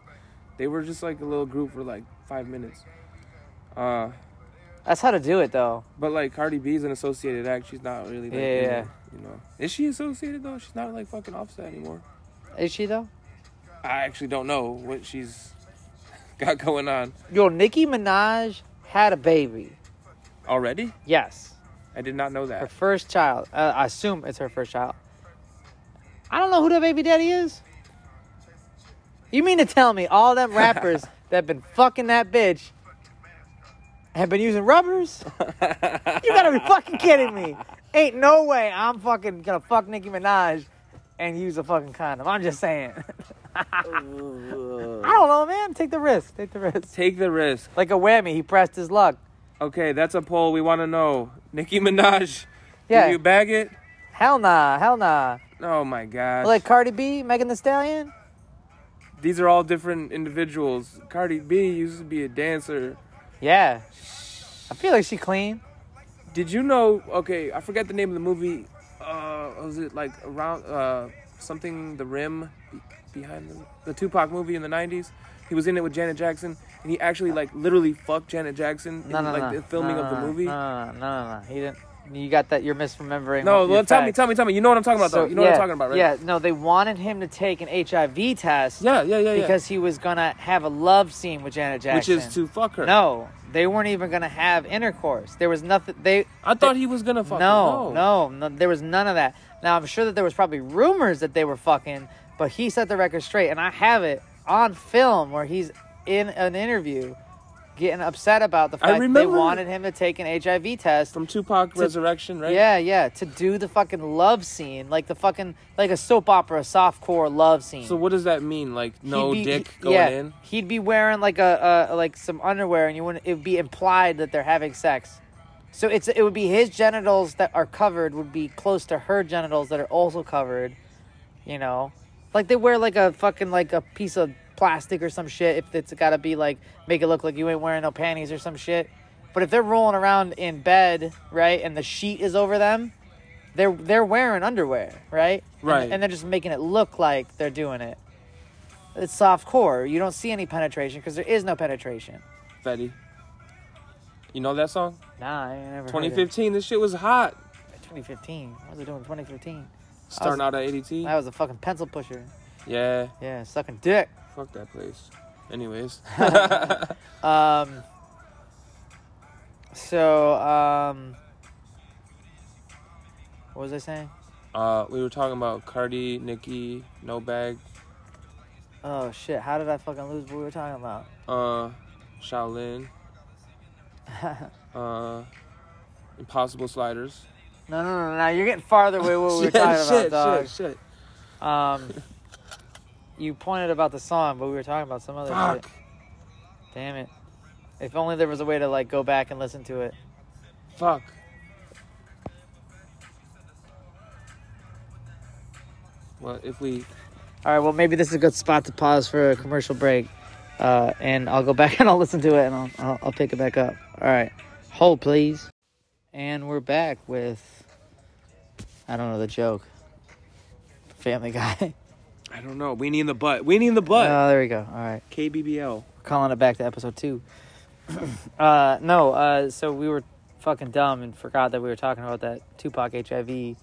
They were just like a little group for like five minutes. Uh,
That's how to do it though.
but like Cardi B's an associated act. She's not really. Like,
Yeah,
in
yeah.
it, You know, is she associated though? She's not like fucking Offset anymore.
Is she though?
I actually don't know what she's got going on
Yo, Nicki Minaj had a baby.
already.
Yes.
I did not know
Her
that.
first child. Uh, I assume it's her first child. I don't know who the baby daddy is. You mean to tell me all them rappers that been fucking that bitch have been using rubbers? you gotta be fucking kidding me. Ain't no way I'm fucking gonna fuck Nicki Minaj and use a fucking condom. I'm just saying. I don't know, man. Take the risk. Take the risk.
Take the risk.
Like a whammy, he pressed his luck.
Okay, that's a poll. We want to know. Nicki Minaj.
Yeah.
Do you bag it?
Hell nah, hell nah.
Oh my gosh.
Like Cardi B, Megan the Stallion.
These are all different individuals. Cardi B used to be a dancer.
Yeah. I feel like she clean.
Did you know? Okay, I forget the name of the movie. Uh, was it like around uh something the rim Be- behind the, the Tupac movie in the '90s? He was in it with Janet Jackson, and he actually like literally fucked Janet Jackson in
No, no,
like
no.
the filming
No,
of the
no, no.
movie.
No, no, no, no, no. He didn't. You got that? You're misremembering.
No,
what-
well,
your
tell me,
facts.
tell me, tell me. You know what I'm talking about,
So,
though. You know what
yeah,
I'm talking about, right?
Yeah. No, they wanted him to take an HIV test.
Yeah, yeah, yeah, yeah.
Because he was gonna have a love scene with Janet
Which
Jackson.
is to fuck her.
No, they weren't even gonna have intercourse. There was nothing. They.
I thought he was gonna fuck
No,
her.
no, no, there was none of that. Now I'm sure that there was probably rumors that they were fucking, but he set the record straight, and I have it on film where he's in an interview getting upset about the
I
fact that they
remember-
wanted him to take an HIV test
from Tupac Resurrection, right?
Yeah, yeah, to do the fucking love scene, like the fucking like a soap opera softcore love scene.
So what does that mean? Like no
He'd be-
dick
he-
going
yeah,
in?
He'd be wearing like a, a like some underwear, and you wouldn't. It would be implied that they're having sex. So it's it would be his genitals that are covered would be close to her genitals that are also covered. You know, like they wear like a fucking like a piece of plastic or some shit. If it's got to be like make it look like you ain't wearing no panties or some shit. But if they're rolling around in bed, right, and the sheet is over them, they're they're wearing underwear, right? And-
Right.
And, they're just making it look like they're doing it. It's soft core. You don't see any penetration because there is no penetration.
Fetty. You know that song?
Nah, I ain't never. heard it.
2015. This shit was hot.
2015. What was it doing? in 2015.
Starting
I was,
out at ADT.
I was a fucking pencil pusher.
Yeah.
Yeah, sucking dick.
Fuck that place. Anyways.
Um. So um. What was I saying?
uh, we were talking about Cardi, Nicki, No Bag,
Oh shit! How did I fucking lose what we were talking about?
uh, Shaolin, uh, Impossible Sliders.
No, no, no, no. You're getting farther away what we were
Shit,
talking
shit,
about, dog.
shit,
Um, you pointed about the song, but we were talking about some other
Fuck.
shit. Damn it! If only there was a way to like go back and listen to it.
Fuck. Well, if we
All right. Well, maybe this is a good spot to pause for a commercial break, uh, and I'll go back and I'll listen to it and I'll, I'll I'll pick it back up. All right. Hold, please. And we're back with I don't know the joke. Family Guy.
I don't know. We need the butt. We need the butt.
Oh, there we go. All right.
KBBL.
We're calling it back to episode two. uh, no, uh, so we were fucking dumb and forgot that we were talking about that Tupac HIV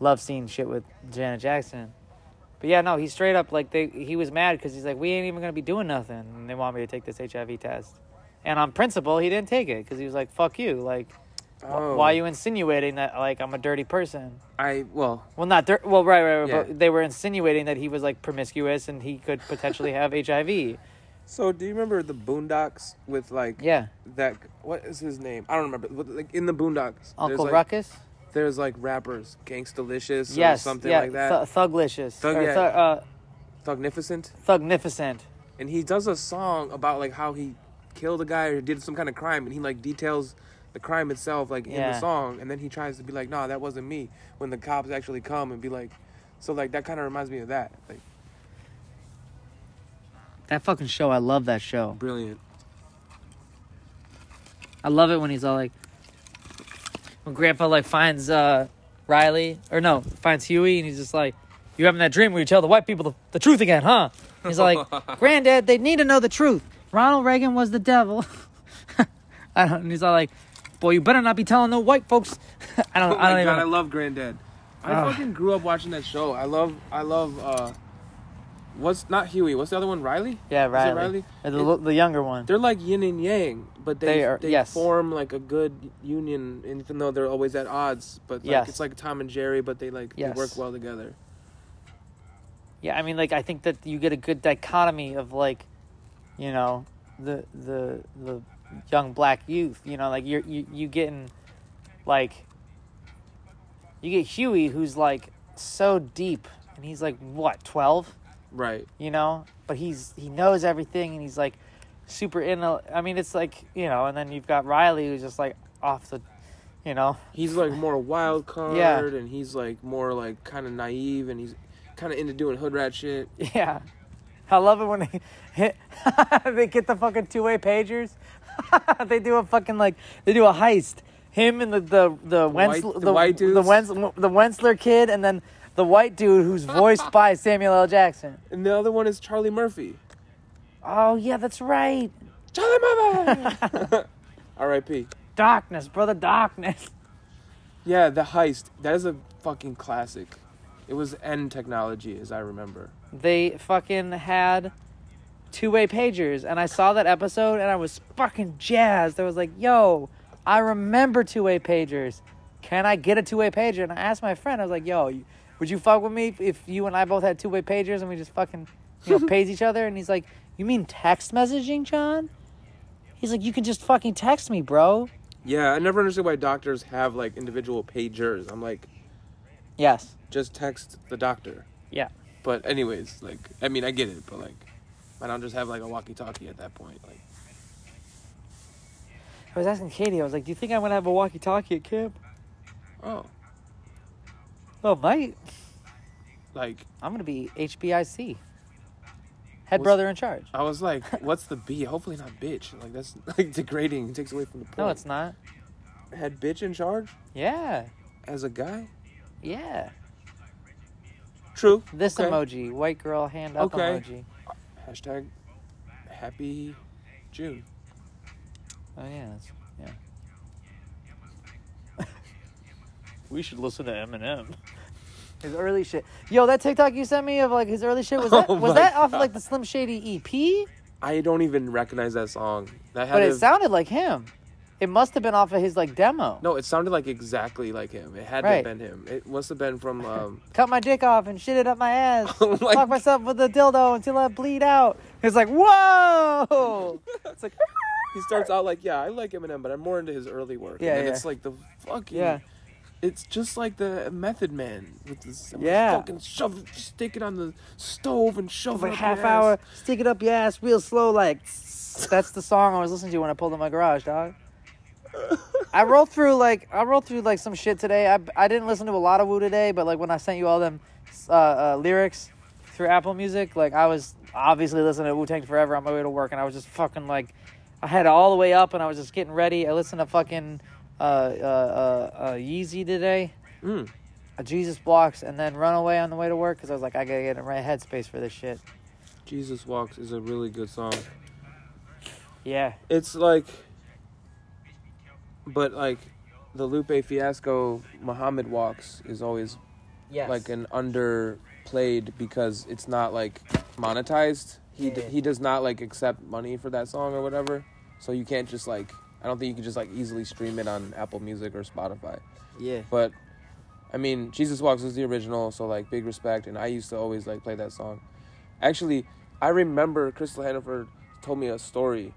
love scene shit with Janet Jackson. But yeah, no, he straight up like they he was mad because he's like, we ain't even gonna be doing nothing, and they want me to take this HIV test. And on principle, he didn't take it because he was like, fuck you, like. wh-
Oh.
Why are you insinuating that like I'm a dirty person?
I well,
Well, not dir- well, right, right, right.
Yeah.
But they were insinuating that he was like promiscuous and he could potentially have HIV.
So do you remember the Boondocks with like
Yeah.
that what is his name? I don't remember. But, Like in the Boondocks,
Uncle
like,
Ruckus?
There's like rappers, Gangstalicious or something
yeah,
like that.
Th- thuglicious.
Thug-
or
yeah.
thug- uh,
Thugnificent.
thugnificent.
and he does a song about like how he killed a guy or did some kind of crime, and he like details the crime itself like in
Yeah.
the song, and then he tries to be like, "Nah, that wasn't me." When the cops actually come and be like, so like that kind of reminds me of that. Like
That fucking show, I love that show.
brilliant.
I love it when he's all like, when Grandpa like finds uh, Riley or no finds Huey, and he's just like, "You having that dream where you tell the white people the, the truth again, huh?" He's like, "Granddad, they need to know the truth. Ronald Reagan was the devil." I don't, and he's all like, "Boy, you better not be telling no white folks." I don't.
Oh
I
my
don't
god, I
even.
love Granddad. I
Ah.
fucking grew up watching that show. I love, I love. uh What's not Huey? What's the other one? Riley.
yeah,
Is it
Riley.
Riley?
Uh, The, the younger one.
They're like yin and yang, but they
They
they,
are- yes.
form like a good union, even though they're always at odds. But like,
Yes.
it's like Tom and Jerry, but they like
Yes.
they work well together.
Yeah, I mean, like I think that you get a good dichotomy of like, you know, the the the young black youth. You know, like you're you you getting, like, you get Huey who's like so deep, and he's like what twelve,
Right.
you know, but he's he knows everything, and he's like super in. I mean, it's like you know, and then you've got Riley who's just like off the, you know,
He's like more wild card,
Yeah.
and he's like more like kind of naive, and he's kind of into doing hood rat shit.
Yeah. I love it when they hit, they get the fucking two way pagers. they do a fucking like they do a heist. Him and the the the, Wens-
white- the white dudes?
the, Wens- the Wensler kid and then the white dude who's voiced by Samuel L. Jackson.
And the other one is Charlie Murphy.
Oh yeah, that's right.
Charlie Murphy. R.I.P.
Darkness, brother, darkness.
Yeah, the heist. That is a fucking classic. It was N technology, as I remember.
They fucking had two way pagers and I saw that episode and I was fucking jazzed. I was like, yo, I remember two way pagers. Can I get a two way pager? And I asked my friend, I was like, yo, you- would you fuck with me if you and I both had two way pagers and we just fucking, you know, pays each other? And he's like, you mean text messaging, John? He's like, you can just fucking text me, bro.
Yeah, I never understood why doctors have like individual pagers. I'm like,
Yes.
just text the doctor.
Yeah.
But anyways, like, I mean, I get it, but like, why not just have like a walkie-talkie at that point? Like,
I was asking Katie, I was like, do you think I'm gonna have a walkie talkie at camp?
oh,
Oh, mate,
like
I'm gonna be HBIC, head
Was-
brother in charge.
I was like, what's the B? Hopefully not bitch. Like that's like degrading. It takes away from the point.
No, it's not.
Had bitch in charge
Yeah,
as a guy.
yeah.
True.
This
Okay.
emoji, white girl hand up
Okay.
emoji.
Hashtag happy June.
Oh yeah, that's yeah. we should listen to Eminem. His early shit. Yo, that TikTok you sent me of like his early shit was that
Oh
was
my
that off
God.
like the Slim Shady E EP?
I don't even recognize that song. That had
But
to-
it sounded like him. It must have been off of his like demo.
no, it sounded like exactly like him. It had
Right.
to have been him. It must have been from um,
Cut my dick off and shit it up my ass.
Oh my
Fuck myself with a dildo until I bleed out. It's like whoa. it's like
he starts out like, yeah, I like Eminem, but I'm more into his early work.
Yeah,
and then
yeah.
it's like the fucking.
Yeah.
It's just like the Method Man with this
Yeah.
fucking shove, stick it on the stove and shove
for
it
a
up
half
your ass.
hour, stick it up your ass real slow, like. tss. That's the song I was listening to when I pulled in my garage, dog. I rolled through like I rolled through like some shit today. I, I didn't listen to a lot of Woo today, but like when I sent you all them uh, uh, lyrics through Apple Music, like I was obviously listening to Wu Tang Forever on my way to work, and I was just fucking like, I had it all the way up, and I was just getting ready. I listened to fucking uh, uh, uh, uh, Yeezy today
Mm.
a Jesus Walks and then run away on the way to work because I was like, I gotta get in the right headspace for this shit.
Jesus Walks is a really good song.
Yeah.
It's like, but like, the Lupe Fiasco Muhammad Walks is always
Yes.
like an underplayed because it's not like monetized. He
Yeah,
d-
yeah.
he does not like accept money for that song or whatever. So you can't just like I don't think you can just like easily stream it on Apple Music or Spotify.
yeah.
But I mean, Jesus Walks is the original, so like big respect. And I used to always like play that song. Actually, I remember Crystal Hannaford told me a story,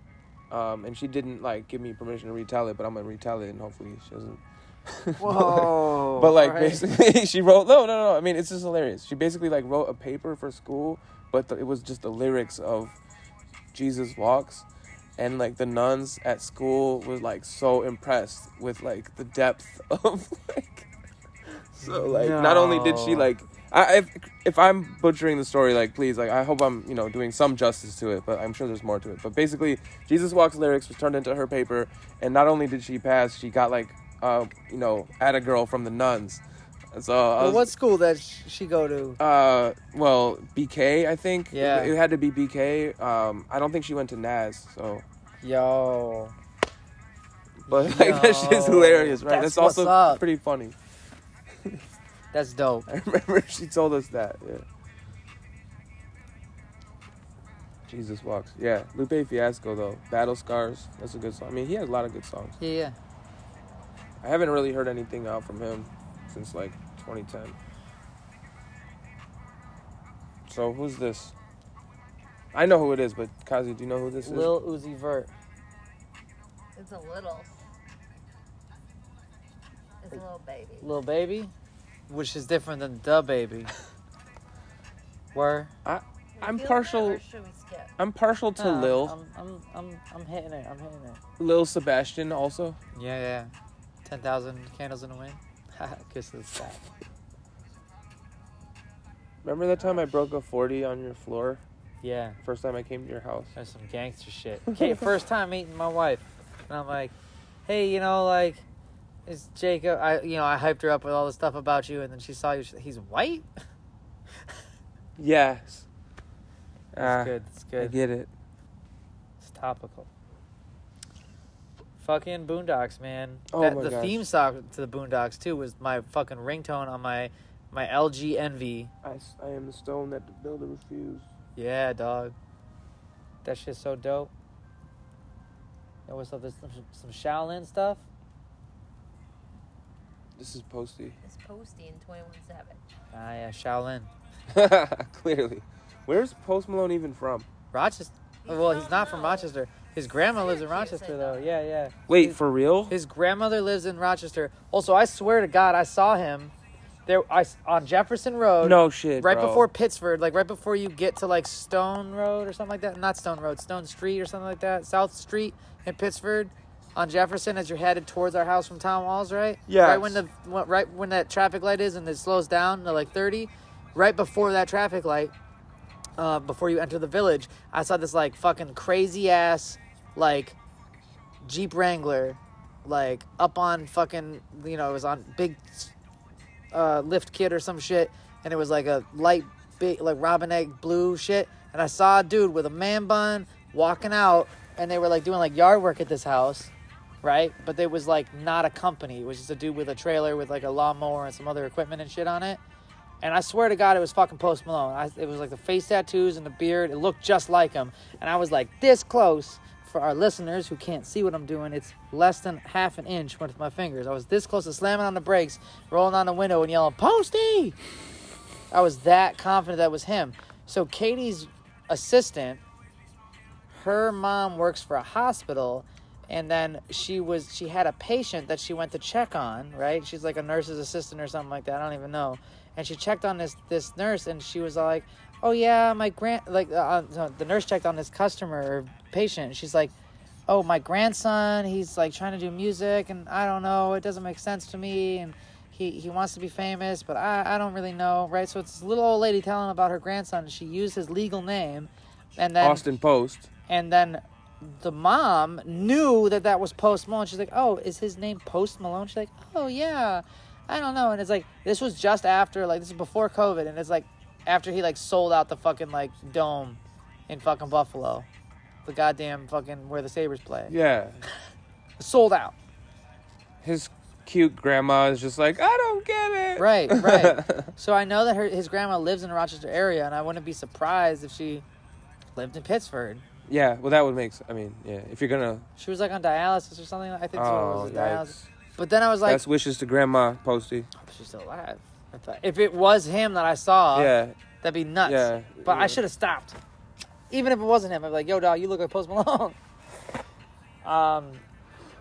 um, and she didn't like give me permission to retell it, but I'm gonna retell it, and hopefully she doesn't.
Whoa.
But like
All right.
basically, she wrote no, no, no. I mean, it's just hilarious. She basically like wrote a paper for school, but the, it was just the lyrics of Jesus Walks, and like the nuns at school was like so impressed with like the depth of like. So like, not only did she
No.
like, I if, if I'm butchering the story, like please, like I hope I'm you know doing some justice to it, but I'm sure there's more to it. But basically, Jesus Walks lyrics was turned into her paper, and not only did she pass, she got like, uh, you know, at a girl from the nuns. So I
Well,
was,
what school does sh- she go to?
uh, well, BK, I think.
Yeah.
It, it had to be BK. Um, I don't think she went to Nas, so.
Yo.
But like that
Yo.
shit's hilarious, right?
That's
That's,
what's
also
up.
pretty funny.
That's dope.
I remember she told us that. Yeah. Jesus walks. Yeah, Lupe Fiasco though. Battle Scars. That's a good song. I mean, he has a lot of good songs.
Yeah, yeah.
I haven't really heard anything out from him since like 2010. So who's this? I know who it is, but Kazi, do you know who this
Lil Uzi Vert.
It's a little. It's a little baby.
Lil Baby, which is different than the Baby. Where?
I, I'm partial.
Should we skip?
I'm partial to Lil.
I'm, I'm, I'm, I'm hitting it. I'm hitting it.
is? Lil Sebastian also.
Yeah, yeah. 10,000 candles in the wind. Kiss the sky.
Remember that time I broke a 40 on your floor?
Yeah.
First time I came to your house.
That's some gangster shit. Okay, first time meeting my wife, and I'm like, "Hey, you know, like, it's Jacob. I, you know, I hyped her up with all this stuff about you, and then she saw you. She's like, He's white.
Yes.
That's
Ah,
good. That's
I
good.
get it.
It's topical. Fucking Boondocks, man.
Oh
that,
my
the
gosh.
theme song to the Boondocks too was my fucking ringtone on my my LG Envy.
I, s- I am the stone that the builder refused.
Yeah, dog. That shit's so dope. Yo, what's up? There's some, some Shaolin stuff.
This is Posty.
It's Posty in 21 7.
Ah, yeah, Shaolin.
Clearly. Where's Post Malone even from?
Rochester. well, he's not from Rochester. His grandma lives in Rochester, though. Yeah, yeah.
Wait, for real?
His grandmother lives in Rochester. Also, I swear to God, I saw him there I s on Jefferson Road.
No shit,
Right
bro.
before Pittsford, like right before you get to like Stone Road or something like that. Not Stone Road, Stone Street or something like that. South Street in Pittsford on Jefferson as you're headed towards our house from Town Walls, right?
Yes.
Right when the when- right when that traffic light is and it slows down to like 30, right before that traffic light, uh, before you enter the village, I saw this like fucking crazy ass like Jeep Wrangler, like up on fucking you know it was on big uh, lift kit or some shit, and it was like a light big like robin egg blue shit, and I saw a dude with a man bun walking out, and they were like doing like yard work at this house, right? But it was like not a company, it was just a dude with a trailer with like a lawnmower and some other equipment and shit on it. And I swear to God, it was fucking Post Malone. I, it was like the face tattoos and the beard. It looked just like him. And I was like this close. For our listeners who can't see what I'm doing, it's less than half an inch with my fingers. I was this close to slamming on the brakes, rolling down the window, and yelling, Posty! I was that confident that was him. So Katie's assistant, her mom works for a hospital, and then she was she had a patient that she went to check on, right? She's like a nurse's assistant or something like that. I don't even know. And she checked on this this nurse, and she was like, "Oh yeah, my grand like uh, uh, no, the nurse checked on this customer or patient." and she's like, "Oh, my grandson, he's like trying to do music, and I don't know, it doesn't make sense to me, and he, he wants to be famous, but I, I don't really know, right? So it's this little old lady telling about her grandson. She used his legal name, and then
Austin Post.
and then the mom knew that that was Post Malone. She's like, "Oh, is his name Post Malone?" She's like, "Oh yeah, I don't know." And it's like this was just after, like this is before COVID, and it's like after he like sold out the fucking like dome in fucking Buffalo, the goddamn fucking where the Sabers play,
Yeah.
sold out.
His cute grandma is just like, I don't get it.
Right, right. so I know that her his grandma lives in the Rochester area, and I wouldn't be surprised if she lived in Pittsford.
Yeah, well, that would make s I I mean, yeah, if you're gonna.
She was like on dialysis or something. I think that's
Oh,
what it was. Dialysis.
yikes.
But then I was like,
Best wishes to Grandma Posty.
She's still alive. I thought, if it was him that I saw,
yeah.
that'd be nuts.
Yeah,
but
yeah.
I should have stopped. Even if it wasn't him, I'd be like, yo, dog, you look like Post Malone. um,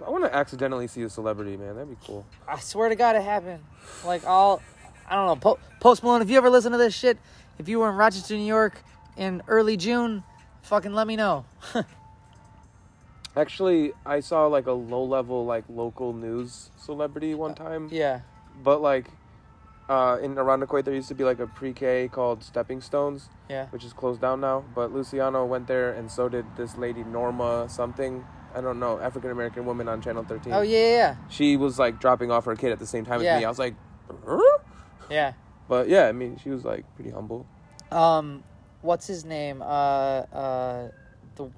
I want to accidentally see a celebrity, man. That'd be cool.
I swear to God, it happened. Like, all, I don't know, po- Post Malone, if you ever listen to this shit, if you were in Rochester, New York in early June, fucking let me know.
Actually, I saw like a low level like local news celebrity one time.
yeah.
But like uh, in around Equate, there used to be like a pre-K called Stepping Stones.
Yeah.
Which is closed down now. But Luciano went there, and so did this lady Norma something. I don't know, African American woman on Channel 13.
Oh yeah, yeah,
She was like dropping off her kid at the same time
Yeah.
as me. I was like, "Huh?"
yeah.
but yeah, I mean, she was like pretty humble.
Yeah. Um, what's his name? Uh, uh, the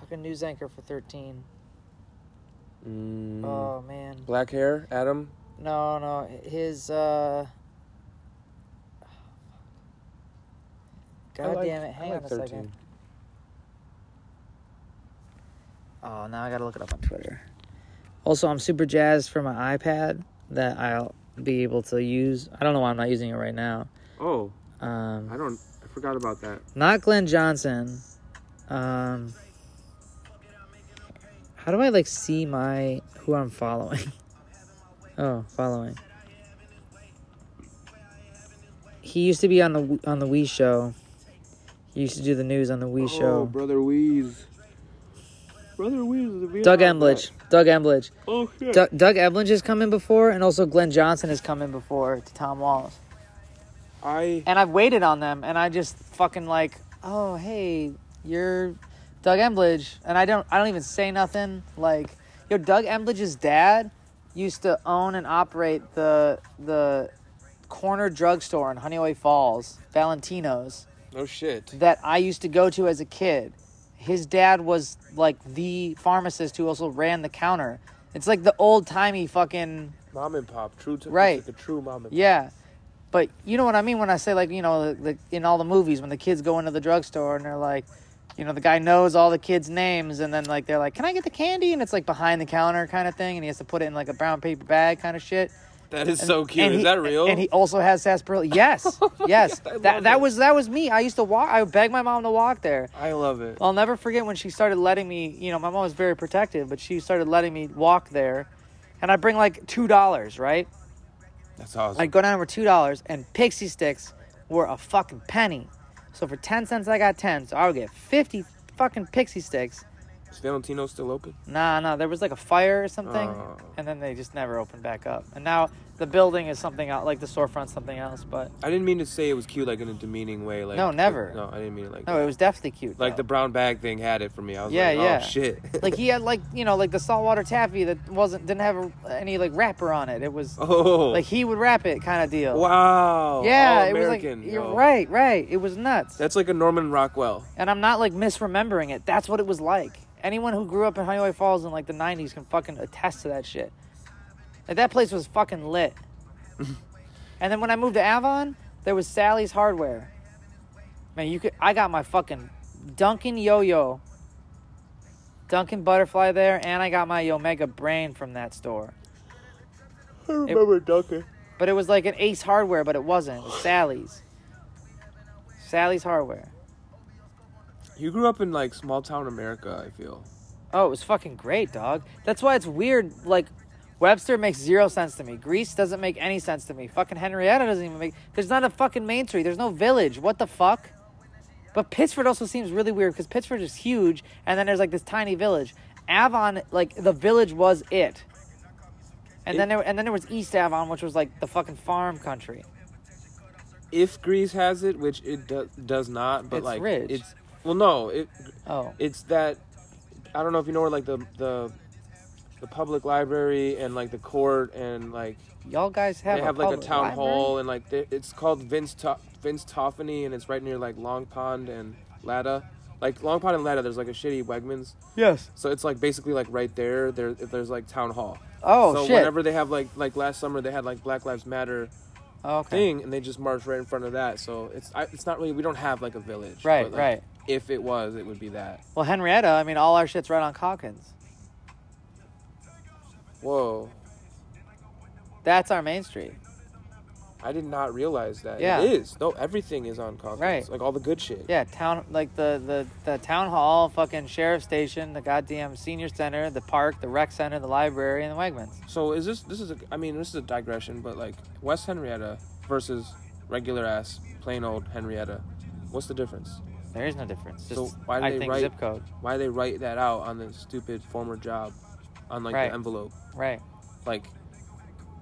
fucking news anchor for thirteen.
Mm.
Oh man.
Black hair, Adam.
No, no. His uh.
I
God
like-
damn it!
I
Hang
like
on a
13.
second. Oh, now I gotta look it up on Twitter. Also, I'm super jazzed for my iPad that I'll be able to use. I don't know why I'm not using it right now.
Oh,
Um,
I don't. I forgot about that.
not Glenn Johnson. Um, how do I like see my who I'm following? oh, following. He used to be on the on the Wii show. He used to do the news on the Wii
Oh,
show.
brother Weeze. Brother Weeze. is a
Doug
Vietnam vet.
Embledge. Doug Embledge.
Oh shit.
Doug, Doug Ebling has come in before, and also Glenn Johnson has come in before to Tom Wallace.
I
and I've waited on them, and I just fucking like, oh hey, you're Doug Embledge, and I don't, I don't even say nothing. Like, yo, Doug Embledge's dad used to own and operate the the corner drugstore in Honeyway Falls, Valentino's,
No shit.
that I used to go to as a kid. His dad was like the pharmacist who also ran the counter. It's like the old timey fucking
Mom and pop. True. To,
Right.
It's like a true mom and.
yeah, but you know what I mean when I say like you know the, the, in all the movies when the kids go into the drugstore and they're like, you know the guy knows all the kids' names and then like they're like, can I get the candy? And it's like behind the counter kind of thing, and he has to put it in like a brown paper bag kind of shit.
That is
And-
so cute.
and
Is
he-
that real?
And he also has sarsaparilla. Yes, yes.
God, I love
that that
it.
was that was me. I used to walk. I would beg my mom to walk there.
I love it.
I'll never forget when she started letting me, you know, my mom was very protective, but she started letting me walk there. And I bring like $2, right?
That's awesome.
I'd go down for two dollars, and pixie sticks were a fucking penny. So for ten cents, I got ten. So I would get fifty fucking pixie sticks.
Is Valentino still open?
Nah, nah. There was like a fire or something,
Oh.
and then they just never opened back up. And now the building is something else, like the storefront's something else. But
I didn't mean to say it was cute, like in a demeaning way. Like
No, never.
no, I didn't mean it like.
no,
that.
it was definitely cute.
Like
though.
the brown bag thing had it for me. I was
Yeah,
like, oh
yeah.
shit.
like he had like you know like the saltwater taffy that wasn't didn't have a, any like wrapper on it. It was
oh.
like he would wrap it kind of deal.
wow.
Yeah,
All
it was like
American,
you're
yo.
right, right. It was nuts.
That's like a Norman Rockwell.
and I'm not like misremembering it. That's what it was like. Anyone who grew up in Honeyway Falls in like the '90s can fucking attest to that shit. Like that place was fucking lit. and then when I moved to Avon, there was Sally's Hardware. Man, you could. I got my fucking Dunkin' Yo-Yo, Dunkin' Butterfly there, and I got my Omega Brain from that store.
I
remember
Duncan.
But it was like an Ace Hardware, but it wasn't. It was Sally's. Sally's Hardware.
You grew up in like small town America. I feel.
Oh, it was fucking great, dog. That's why it's weird. Like, Webster makes zero sense to me. Greece doesn't make any sense to me. Fucking Henrietta doesn't even make. There's not a fucking main street. There's no village. What the fuck? But Pittsford also seems really weird because Pittsford is huge, and then there's like this tiny village. Avon, like the village was it. And then there, and then there was East Avon, which was like the fucking farm country.
If Greece has it, which it do- does not, but
It's
like
rich.
it's well, no, it
Oh,
it's that I don't know if you know where like the the the public library and like the court and like
y'all guys have
they have like a
public
town
library?
hall and like they, it's called Vince to- Vince Toffany and it's right near like Long Pond and Latta. Like Long Pond and Latta, there's like a shitty Wegmans.
Yes.
So it's like basically like right there. There, there's like town hall.
Oh
so
shit.
whenever they have like like last summer they had like Black Lives Matter
okay.
thing and they just marched right in front of that. So it's I, it's not really we don't have like a village.
Right,
but, like,
right.
If it was, it would be that.
Well, Henrietta, I mean, all our shit's right on Calkins.
Whoa,
That's our main street.
I did not realize that.
Yeah.
It is. No, everything is on Congress.
Right.
Like all the good shit.
Yeah, town like the the the town hall, fucking sheriff station, the goddamn senior center, the park, the rec center, the library, and the Wegmans.
So is this this is a I mean this is a digression, but like West Henrietta versus regular ass plain old Henrietta, what's the difference?
There is no difference. Just,
so why do
I
they
think
write
zip code.
Why do they write that out on the stupid former job, on like
Right.
the envelope?
Right.
Like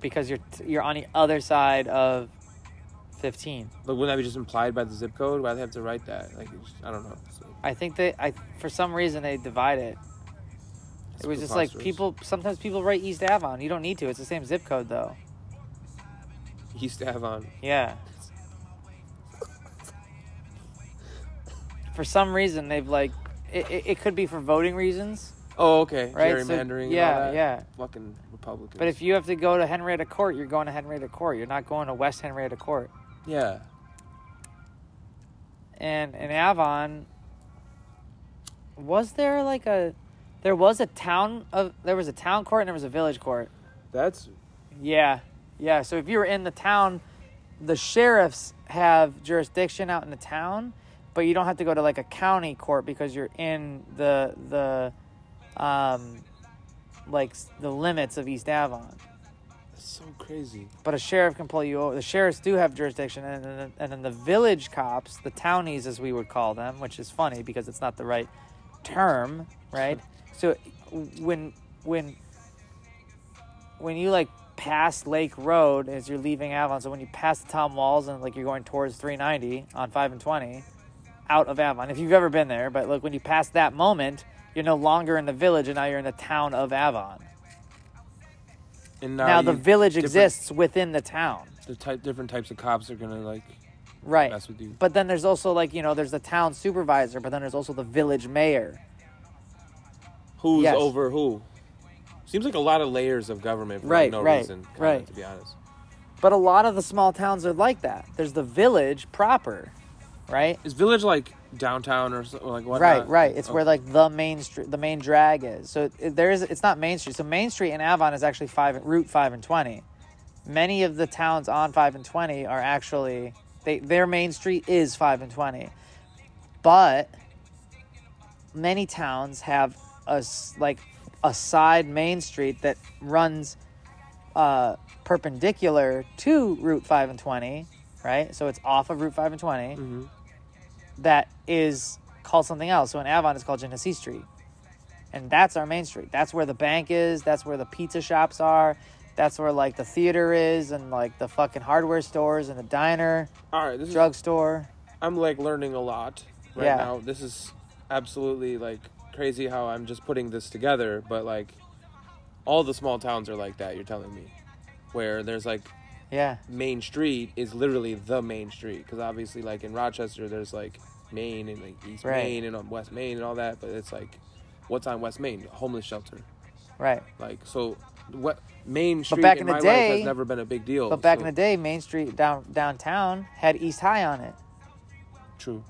Because you're t- you're on the other side of fifteen.
Like, wouldn't that be just implied by the zip code? Why do they have to write that? Like, it just- I don't know. So,
I think they I for some reason they divide it.
That's
It was just like
preposterous.
people sometimes people write East Avon. You don't need to. It's the same zip code though.
he used to have on.
Yeah. For some reason they've like it, it, it could be for voting reasons.
Oh, okay.
Right, so-
Gerrymandering. and all
yeah,
that.
yeah.
Fucking Republicans.
But if you have to go to Henrietta Court, you're going to Henrietta Court. You're not going to West Henrietta Court.
yeah,
And in Avon, was there like a, there was a town of, there was a town court and there was a village court.
that's
Yeah, yeah. So if you were in the town, the sheriffs have jurisdiction out in the town, but you don't have to go to like a county court because you're in the the, um, like s- the limits of East Avon.
that's so crazy.
But a sheriff can pull you over. The sheriffs do have jurisdiction, and then, and then the village cops, the townies as we would call them, which is funny because it's not the right term, right? so when when when you like pass Lake Road as you're leaving Avon, so when you pass the town walls and like you're going towards 390 on five and 20, out of Avon. If you've ever been there, but like when you pass that moment, you're no longer in the village, and now you're in the town of Avon.
And
Now, the
you-
village
different-
exists within the town.
The type, different types of cops are gonna like
Right.
mess with you.
But then there's also like you know there's the town supervisor, but then there's also the village mayor.
Who's
Yes.
over who? Seems like a lot of layers of government for
Right,
no
right,
reason. kinda,
right.
To be honest.
But a lot of the small towns are like that. There's the village proper, right?
Is village like downtown or, so, or like what?
Right, right. It's where like the main street, the main drag is. So it, there is. It's not Main Street. So Main Street in Avon is actually five Route five and twenty. Many of the towns on five and twenty are actually they their main street is five and twenty, but many towns have a s- like a side main street that runs uh, perpendicular to Route five and twenty. Right, so it's off of Route five and 20 that is called something else. So in Avon, it's called Genesee Street. And that's our main street. That's where the bank is. That's where the pizza shops are. That's where like the theater is and like the fucking hardware stores and the diner,
All right. This is
drugstore.
I'm like learning a lot right
Yeah.
now. This is absolutely like crazy how I'm just putting this together, but like all the small towns are like that, you're telling me. Where there's like
Yeah.
main street is literally the main street cuz obviously like in Rochester there's like Main and like East
Right.
Main and on West Main and all that, but it's like what's on West Main? Homeless shelter.
Right.
Like so what Main Street
back in
in,
the
my life
day-
has never been a big deal.
But back
Oh, so-
in the day, Main Street down downtown had East High on it.
true.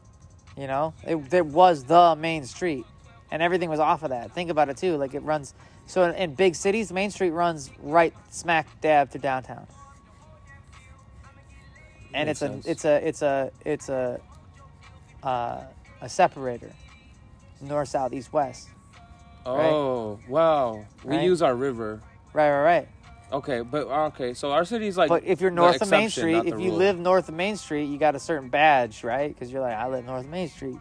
You know, it there was the main street, and everything was off of that. Think about it too. Like it runs. So in, in big cities, Main Street runs right smack dab to downtown. And it's
Makes
a
sense.
it's a it's a it's a uh, a separator, north south east west.
Oh, wow. We
Right.
use our river.
Right, right, right.
Okay, but okay, so our city's like.
but if you're
the
north of Main
exception,
Street,
not the
if you
rule.
live north of Main Street, you got a certain badge, right? Because you're like, I live north of Main Street,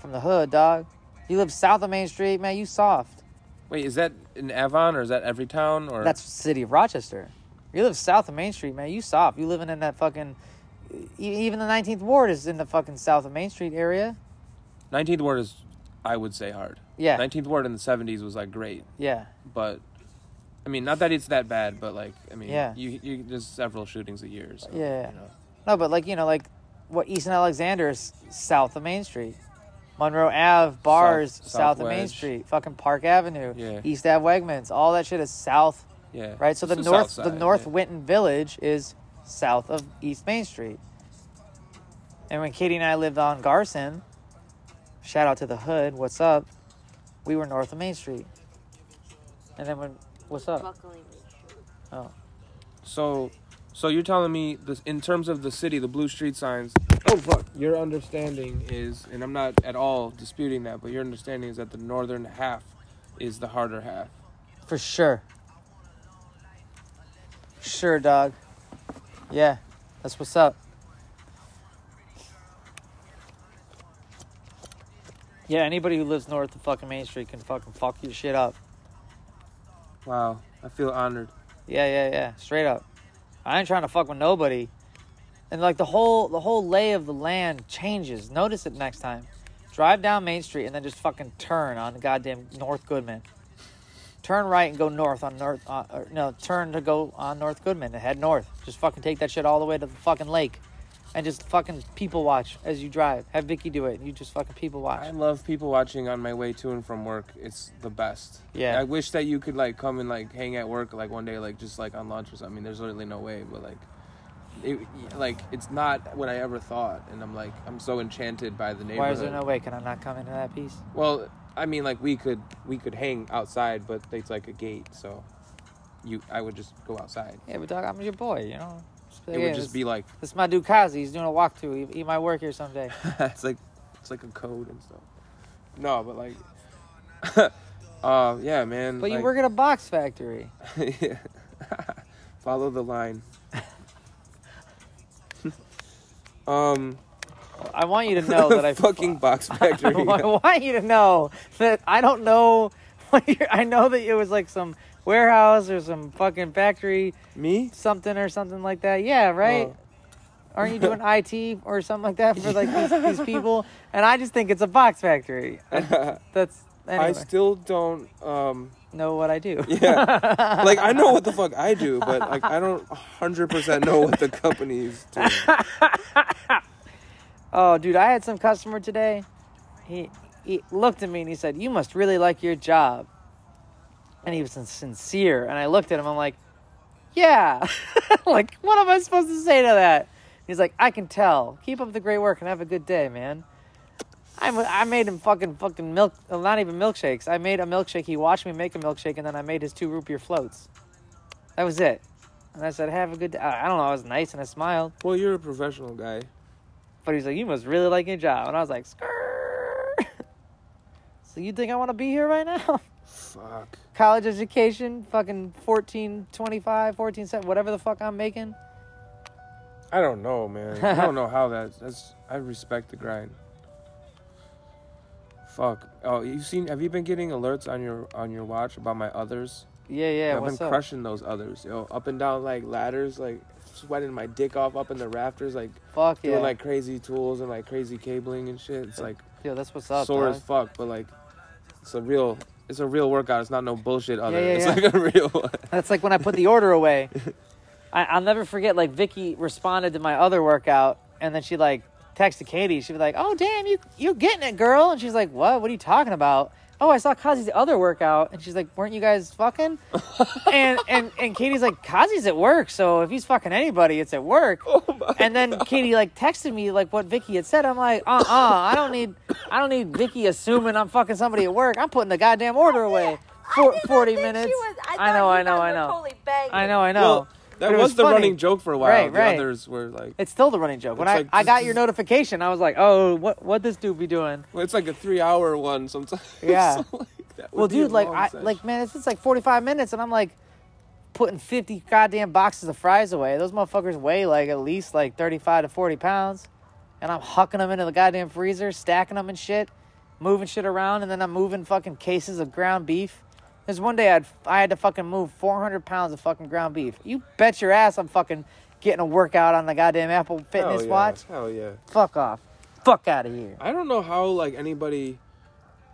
from the hood, dog. You live south of Main Street, man. You soft.
wait, is that in Avon or is that every town or?
That's city of Rochester. You live south of Main Street, man. You soft. You living in that fucking. e- Even the 19th ward is in the fucking south of Main Street area.
19th ward is, I would say hard.
Yeah.
19th ward in the 70s was like great,
Yeah,
but, I mean, not that it's that bad, but like, I mean,
Yeah.
You, you there's several shootings a year. So,
yeah.
You know.
No, but like you know, like what East and Alexander is south of Main Street. Monroe Ave bars
South-
south,
South
of Main
Wedge.
Street. Fucking Park Avenue,
Yeah.
East Ave Wegmans. All that shit is south,
Yeah.
right? So
It's
the
south
north, the
side,
North
yeah.
Winton Village is south of East Main Street. And when Katie and I lived on Garson, shout out to the hood, what's up? We were north of Main Street. And then when, what's up? Oh,
So, so you're telling me this in terms of the city, the blue street signs. Oh fuck! Your understanding is, and I'm not at all disputing that, but your understanding is that the northern half is the harder half.
for sure. Sure, dog. Yeah, that's what's up. Yeah, anybody who lives north of fucking Main Street can fucking fuck your shit up.
Wow, I feel honored.
Yeah, yeah, yeah. Straight up. I ain't trying to fuck with nobody. And like the whole the whole lay of the land changes. Notice it next time. Drive down Main Street and then just fucking turn on goddamn North Goodman. Turn right and go north on North. Uh, or no, turn to go on North Goodman and head north. Just fucking take that shit all the way to the fucking lake, and just fucking people watch as you drive. Have Vicky do it, and you just fucking people watch.
I love people watching on my way to and from work. It's the best.
Yeah.
I wish that you could like come and like hang at work like one day like just like on lunch or something. I mean, there's literally no way, but like it like it's not what I ever thought and I'm like I'm so enchanted by the neighborhood.
Why is there no way? Can I not come into that piece?
Well, I mean like we could we could hang outside, but it's like a gate, so you I would just go outside.
Yeah, but dog, I'm your boy. You know. Just be
It
like,
would
"Hey, this-
just be like
This is my dude Kazi. He's doing a walkthrough. He, he might work here someday.
it's like it's like a code and stuff. No, but like uh yeah, man.
But you
like-
work at a box factory.
Yeah. Follow the line. um
I want you to know that I
fucking box factory.
I want you to know that I don't know. What you're, I know that it was like some warehouse or some fucking factory.
Me? Oh,
Something or something like that. Yeah, right. Aren't you doing IT or something like that for like these, these people? And I just think it's a box factory. I- That's anyway.
I still don't um
know what I do.
Yeah. like I know what the fuck I do, but like I don't 100% know what the company's doing.
Oh, dude, I had some customer today. He he looked at me and he said, "You must really like your job." And he was sincere. And I looked at him. I'm like, "Yeah." like, what am I supposed to say to that? He's like, "I can tell. Keep up the great work and have a good day, man." I m- I made him fucking fucking milk. well, Not even milkshakes. I made a milkshake. He watched me make a milkshake, and then I made his two root beer floats. That was it. And I said, "Have a good day." I I don't know. I was nice and I smiled.
Well, you're a professional guy.
But he's like, you must really like your job. And I was like, Skrrr. so you think I want to be here right now?
Fuck.
College education, fucking 14, 25, 14 cent, whatever the fuck I'm making.
I don't know, man. I don't know how that. That's. I respect the grind. Fuck. Oh, you seen? Have you been getting alerts on your on your watch about my others?
Yeah, yeah,
I've
what's
been
up?
crushing those others, yo. Up and down like ladders, like sweating my dick off up in the rafters, like
Fuck
doing
yeah.
like crazy tools and like crazy cabling and shit. It's like
Yo, that's what's up,
sore as
dog.
fuck, but like it's a real it's a real workout. It's not no bullshit other.
yeah,
it's
yeah.
like a real one.
That's like when I put the order away. I, I'll never forget, like, Vicky responded to my other workout, and then she, like, texted Katie. She was like, oh, damn, you, you getting it, girl. And she's like, what? What are you talking about? Oh, I saw Kazi's other workout. And she's like, weren't you guys fucking? and, and, and Katie's like, Kazi's at work. So if he's fucking anybody, it's at work. and then Katie, like, texted me, like, what Vicky had said. I'm like, uh-uh, I don't need, I don't need Vicky assuming I'm fucking somebody at work. I'm putting the goddamn order away. For, 40 minutes. I, know, I know, I know. I know, I know.
Well, that
But it
was, the
funny.
running joke for a while.
Right,
the
right.
others were like
It's still the running joke. When
It's
I,
like,
I
this
got your
is-
notification, I was like, oh, what what this dude be doing?
Well, it's like a three-hour one sometimes.
Yeah.
So, like, that would
well,
be a
dude, like
long
I
session.
like man, it's just like forty five minutes, and I'm like putting fifty goddamn boxes of fries away. Those motherfuckers weigh like at least like thirty five to forty pounds, and I'm hucking them into the goddamn freezer, stacking them and shit, moving shit around, and then I'm moving fucking cases of ground beef. There's one day I'd I had to fucking move four hundred pounds of fucking ground beef. You bet your ass I'm fucking getting a workout on the goddamn Apple
Hell
Fitness
Oh, yeah,
watch.
Hell yeah.
Fuck off. Fuck out of here.
I don't know how like anybody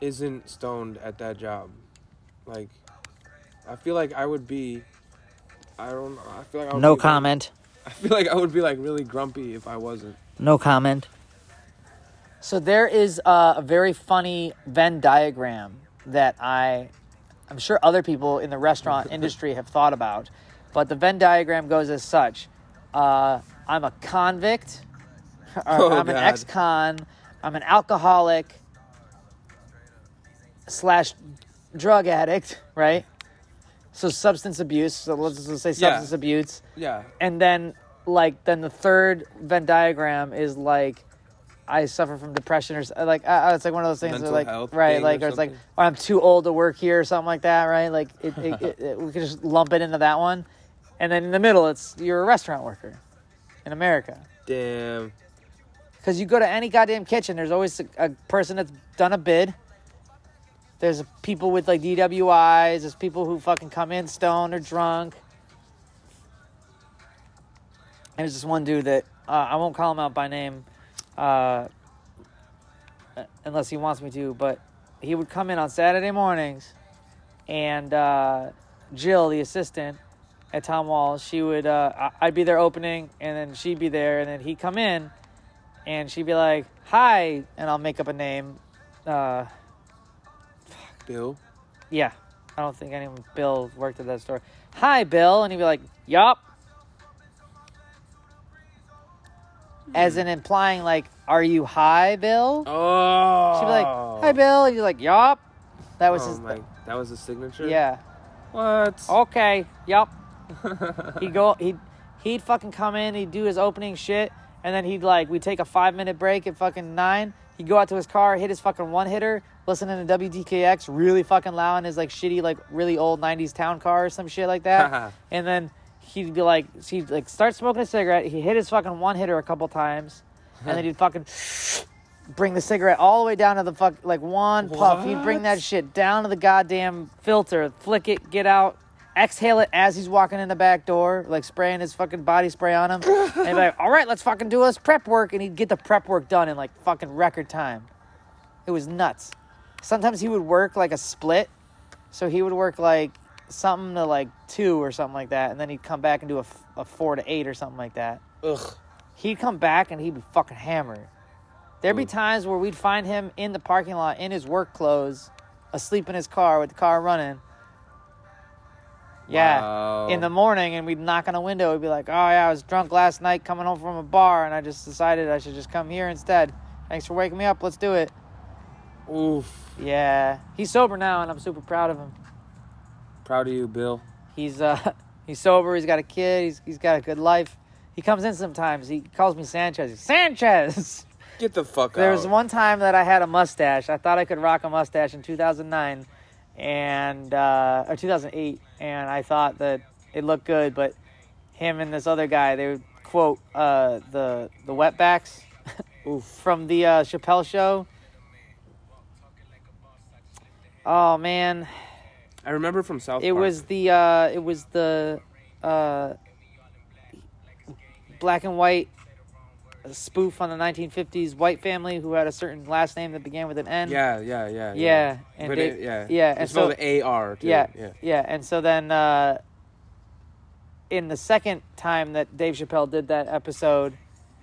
isn't stoned at that job. Like, I feel like I would be. I don't. know. I feel like I would
No
be-
comment.
I feel like I would be like really grumpy if I wasn't.
No comment. So there is uh, a very funny Venn diagram that I, I'm sure other people in the restaurant industry have thought about, but the Venn diagram goes as such: uh, I'm a convict, or
Oh,
I'm an
God.
ex-con, I'm an alcoholic slash drug addict, right? So substance abuse. So let's just say
Yeah.
substance abuse
Yeah.
and then like then the third Venn diagram is like I suffer from depression or s- like uh, uh, it's like one of those things
Mental
that like
health
right
thing
like
or
or it's like
something.
oh, I'm too old to work here or something like that right like it, it, it, it- we can just lump it into that one and then in the middle it's you're a restaurant worker in America
Damn.
Because you go to any goddamn kitchen, there's always a, a person that's done a bid. There's people with like DWIs. There's people who fucking come in stoned or drunk. And there's this one dude that uh, I won't call him out by name, uh, unless he wants me to. But he would come in on Saturday mornings, and uh, Jill, the assistant at Tom Wall, she would uh, I- I'd be there opening, and then she'd be there, and then he'd come in, and she'd be like, "Hi," and I'll make up a name. Uh,
Bill.
yeah, I don't think anyone Bill worked at that store. Hi, Bill, and he'd be like, "Yup." As in implying, like, "Are you high, Bill?"
Oh.
She'd be like, "Hi, Bill," and he's like, "Yup." That was
oh,
his.
my, that was his signature.
Yeah.
What?
Okay. Yup. he'd go. He'd he'd fucking come in. He'd do his opening shit, and then he'd like we'd take a five minute break at fucking nine. He'd go out to his car, hit his fucking one hitter, listening to WDKX really fucking loud in his like shitty like really old '90s town car or some shit like that. and then he'd be like he'd like start smoking a cigarette. He hit his fucking one hitter a couple times, and then he'd fucking. Bring the cigarette all the way down to the fuck like one puff. He'd bring that shit down to the goddamn filter, flick it, get out, exhale it as he's walking in the back door, like spraying his fucking body spray on him. and he'd be like, all right, let's fucking do this prep work. And he'd get the prep work done in like fucking record time. It was nuts. Sometimes he would work like a split. So he would work like something to like two or something like that. And then he'd come back and do a, f- a four to eight or something like that.
Ugh.
He'd come back and he'd be fucking hammered. There'd be times where we'd find him in the parking lot in his work clothes, asleep in his car with the car running. Yeah.
Wow.
In the morning, and we'd knock on a window. We'd be like, oh, yeah, I was drunk last night coming home from a bar, and I just decided I should just come here instead. Thanks for waking me up. Let's do it.
Oof.
Yeah. He's sober now, and I'm super proud of him.
Proud of you, Bill.
He's uh he's sober. He's got a kid. He's he's got a good life. He comes in sometimes. He calls me Sanchez. He's, Sanchez.
Get the fuck
There
out.
was one time that I had a mustache. I thought I could rock a mustache in 2009 and uh, or 2008, and I thought that it looked good. But him and this other guy, they would quote uh, the the wetbacks from the uh, Chappelle show. Oh man,
I remember from South
it
Park.
was the uh, it was the uh, black and white spoof on the 1950s white family who had a certain last name that began with an N.
Yeah, yeah, yeah.
Yeah, and
but
they-
it, yeah,
yeah, and
It's spelled
so-
AR. Too.
Yeah,
yeah.
yeah, And so then, uh, in the second time that Dave Chappelle did that episode,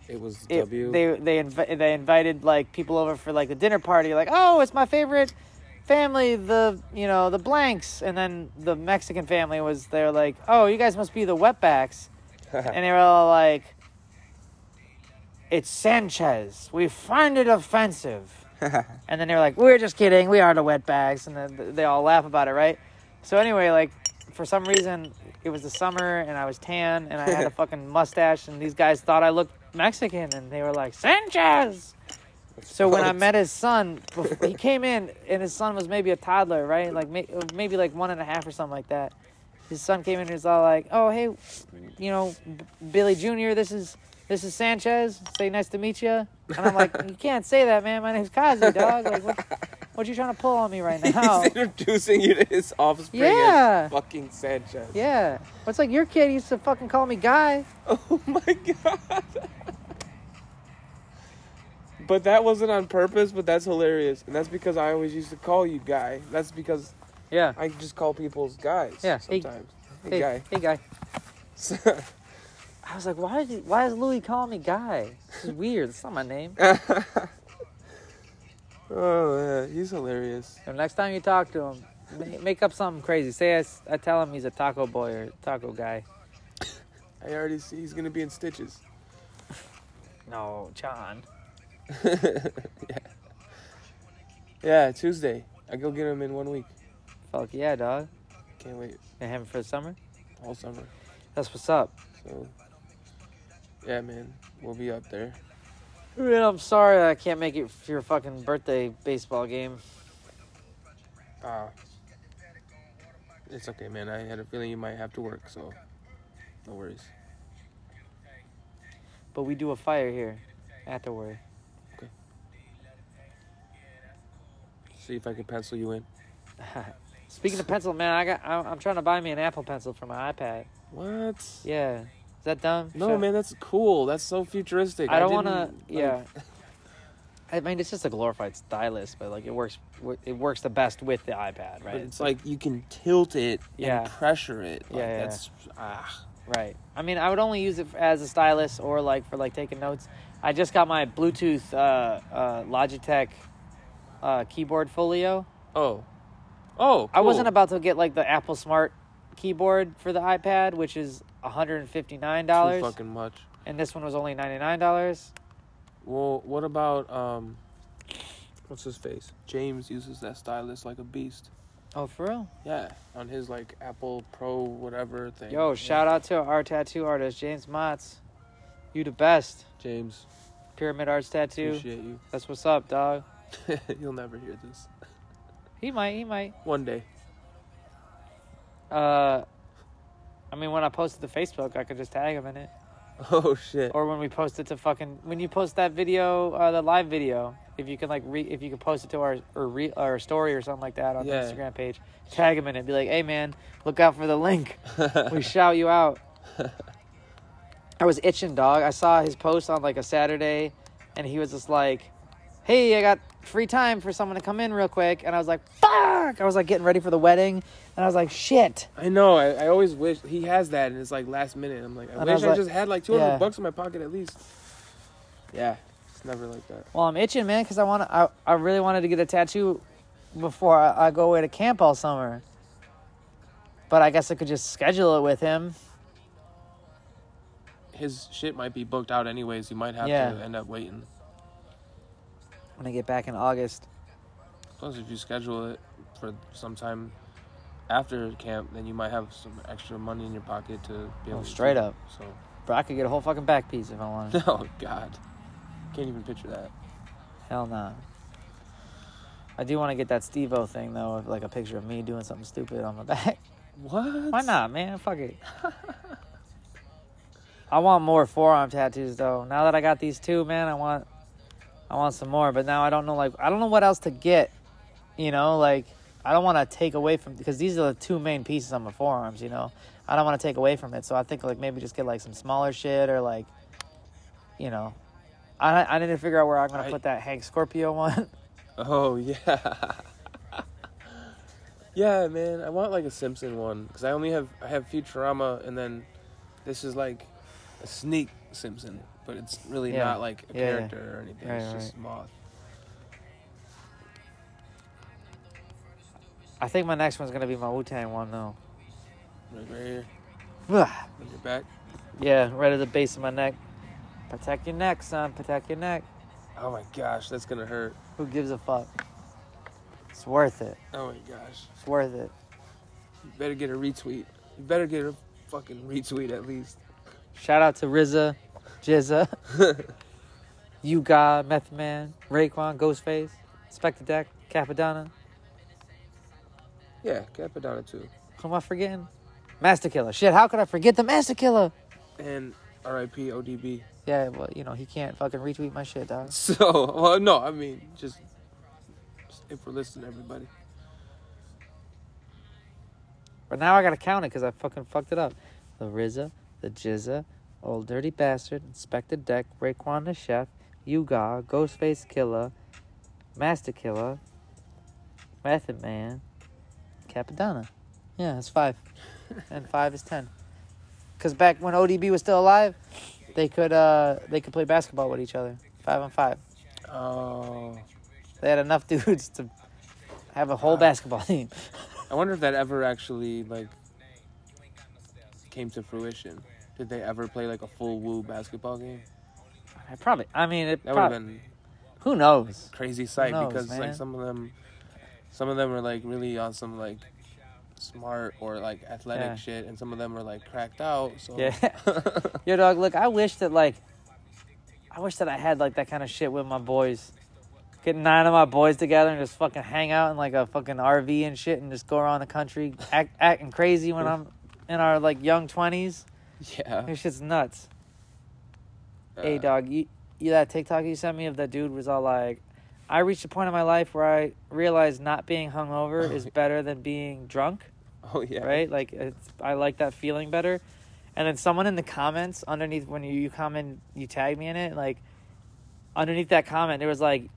It was
it-
W.
they they invi- they invited like people over for like the dinner party. Like, oh, it's my favorite family, the you know the blanks, and then the Mexican family was they're like, oh, you guys must be the wetbacks, and they were all like, it's Sanchez. We find it offensive. And then they were like, "We're just kidding. We are the wetbags," and then they all laugh about it, right? So anyway, like for some reason, it was the summer and I was tan and I had a fucking mustache, and these guys thought I looked Mexican, and they were like, "Sanchez." So when I met his son, bef- he came in, and his son was maybe a toddler, right? Like may- maybe like one and a half or something like that. His son came in and was all like, "Oh, hey, you know, B- Billy Junior, this is this is Sanchez. Say nice to meet you." And I'm like, "You can't say that, man. My name's Kazi, dog. Like, what, what you trying to pull on me right now?"
He's introducing you to his offspring
oh. Yeah.
as fucking Sanchez.
Yeah. What's like your kid used to fucking call me guy?
Oh But that wasn't on purpose, but that's hilarious. And that's because I always used to call you guy. That's because
Yeah.
I just call people's guys
Yeah, hey-
sometimes. Hey,
Hey,
guy.
Hey guy. I was like, why did you, why is Louis calling me guy? This is weird. That's not my name.
Oh, man. He's hilarious.
So next time you talk to him, ma- make up something crazy. Say I, s- I tell him he's a taco boy or taco guy.
I already see he's going to be in stitches.
No, John.
Yeah, Tuesday. I go get him in one week.
Fuck yeah, dog.
Can't wait.
Been him for the summer.
All summer.
That's what's up.
So, yeah, man. We'll be up there.
Man, I'm sorry I can't make it for your fucking birthday baseball game.
Ah. It's okay, man. I had a feeling you might have to work, so no worries.
But we do a fire here afterward.
See if I could pencil you in.
Speaking of pencil, man, I got. I'm, I'm trying to buy me an Apple pencil for my iPad.
What?
Yeah. Is that dumb?
No,
Sure.
man, that's cool. That's so futuristic.
I don't want
didn't-
to. Yeah. I mean, it's just a glorified stylus, but like it works. It works the best with the iPad, right?
But it's like you can tilt it
Yeah.
and pressure it.
Yeah,
Like,
yeah,
That's ah.
Right. I mean, I would only use it as a stylus or like for like taking notes. I just got my Bluetooth uh, uh, Logitech uh, keyboard folio.
Oh. Oh.
I wasn't
cool.
about to get like the Apple Smart keyboard for the iPad, which is one hundred and fifty nine
Too
dollars,
fucking much.
and this one was only ninety nine dollars.
Well, what about um, what's his face? James uses that stylus like a beast.
Oh, for real?
Yeah, on his like Apple Pro whatever thing.
Yo,
Yeah.
shout out to our tattoo artist James Motz. You the best.
James.
Pyramid Arts Tattoo.
Appreciate you.
That's what's up, dog.
You'll never hear this.
He might. He might.
One day.
Uh, I mean, when I posted to Facebook, I could just tag him in it.
Oh shit.
Or when we post it to fucking when you post that video, uh, the live video, if you can like re if you can post it to our or re our story or something like that on
Yeah.
the Instagram page, tag him in it. Be like, hey man, look out for the link. we shout you out. I was itching, dog. I saw his post on like a Saturday, and he was just like, "Hey, I got free time for someone to come in real quick," and I was like, "Fuck!" I was like getting ready for the wedding, and I was like, "Shit."
I know. I, I always wish he has that, and it's like last minute. I'm like,
And
I
I
wish
was
I
like-
just had like 200
yeah.
bucks in my pocket at least. Yeah, it's never like that.
Well, I'm itching, man, because I want to. I, I really wanted to get a tattoo before I, I go away to camp all summer. But I guess I could just schedule it with him.
His shit might be booked out anyways. You might have
Yeah.
to end up waiting.
when I get back in August.
Plus, if you schedule it for sometime after camp, then you might have some extra money in your pocket to be able.
Well,
to
straight
do.
up.
So,
Bro, I could get a whole fucking back piece if I wanted.
oh god, can't even picture that.
Hell no. I do want to get that Steve O thing, though, of like a picture of me doing something stupid on my back.
What?
Why not, man? Fuck it. I want more forearm tattoos, though. Now that I got these two, man, I want. I want some more, but now I don't know like I don't know what else to get. You know, like I don't want to take away from because these are the two main pieces on my forearms, you know. I don't want to take away from it. So I think like maybe just get like some smaller shit or like you know. I I need to figure out where I'm going to put that Hank Scorpio one.
Oh yeah. yeah, man. I want like a Simpson one because I only have I have Futurama, and then this is like a sneak Simpson, but it's really
Yeah.
not like a
Yeah, yeah.
character or anything.
Right,
it's
right.
just moth.
I think my next one's going to be my Wu-Tang one though.
Right, right here
Ugh.
on your back.
yeah, right at the base of my neck. Protect your neck, son. Protect your neck.
Oh my gosh, that's gonna hurt.
Who gives a fuck? It's worth it.
Oh my gosh,
It's worth it.
you better get a retweet. You better get a fucking retweet at least.
Shout out to RZA, Jizza, You God, Meth Man, Raekwon, Ghostface, Spectre Deck, Capadonna.
Yeah, Capadonna too.
Who am I forgetting? Master Killer. Shit, how could I forget the Master Killer?
And R.I.P. ODB.
Yeah, well, you know, he can't fucking retweet my shit, dog.
So, well, no, I mean, just, just if we're listening, everybody.
But now I gotta count it because I fucking fucked it up. The RZA, the Jizza, Old Dirty Bastard, Inspector Deck, Raekwon the Chef, Yuga, Ghostface Killer, Master Killer, Method Man, Capadonna. Yeah, that's five. and five is ten. Cause back when ODB was still alive, they could uh they could play basketball with each other. Five on five.
Oh.
They had enough dudes to have a whole basketball team.
I wonder if that ever actually like came to fruition. Did they ever play like a full woo basketball game?
I probably I mean it
That would have
probably,
been
who knows?
crazy sight
knows,
because
man?
like some of them, some of them were like really on some like smart or like athletic
Yeah.
shit, and some of them were like cracked out. So
Yeah. Yo, dog, look, I wish that, like, I wish that I had, like, that kind of shit with my boys. Get nine of my boys together and just fucking hang out in, like, a fucking RV and shit and just go around the country act, acting crazy when I'm in our, like, young 20s.
yeah.
This shit's nuts. hey,
Uh,
dog, you, you that TikTok you sent me of that dude was all like, I reached a point in my life where I realized not being hungover is better than being drunk.
Oh yeah.
Right? Like it's I like that feeling better. And then someone in the comments underneath when you, you comment you tag me in it, like underneath that comment there was like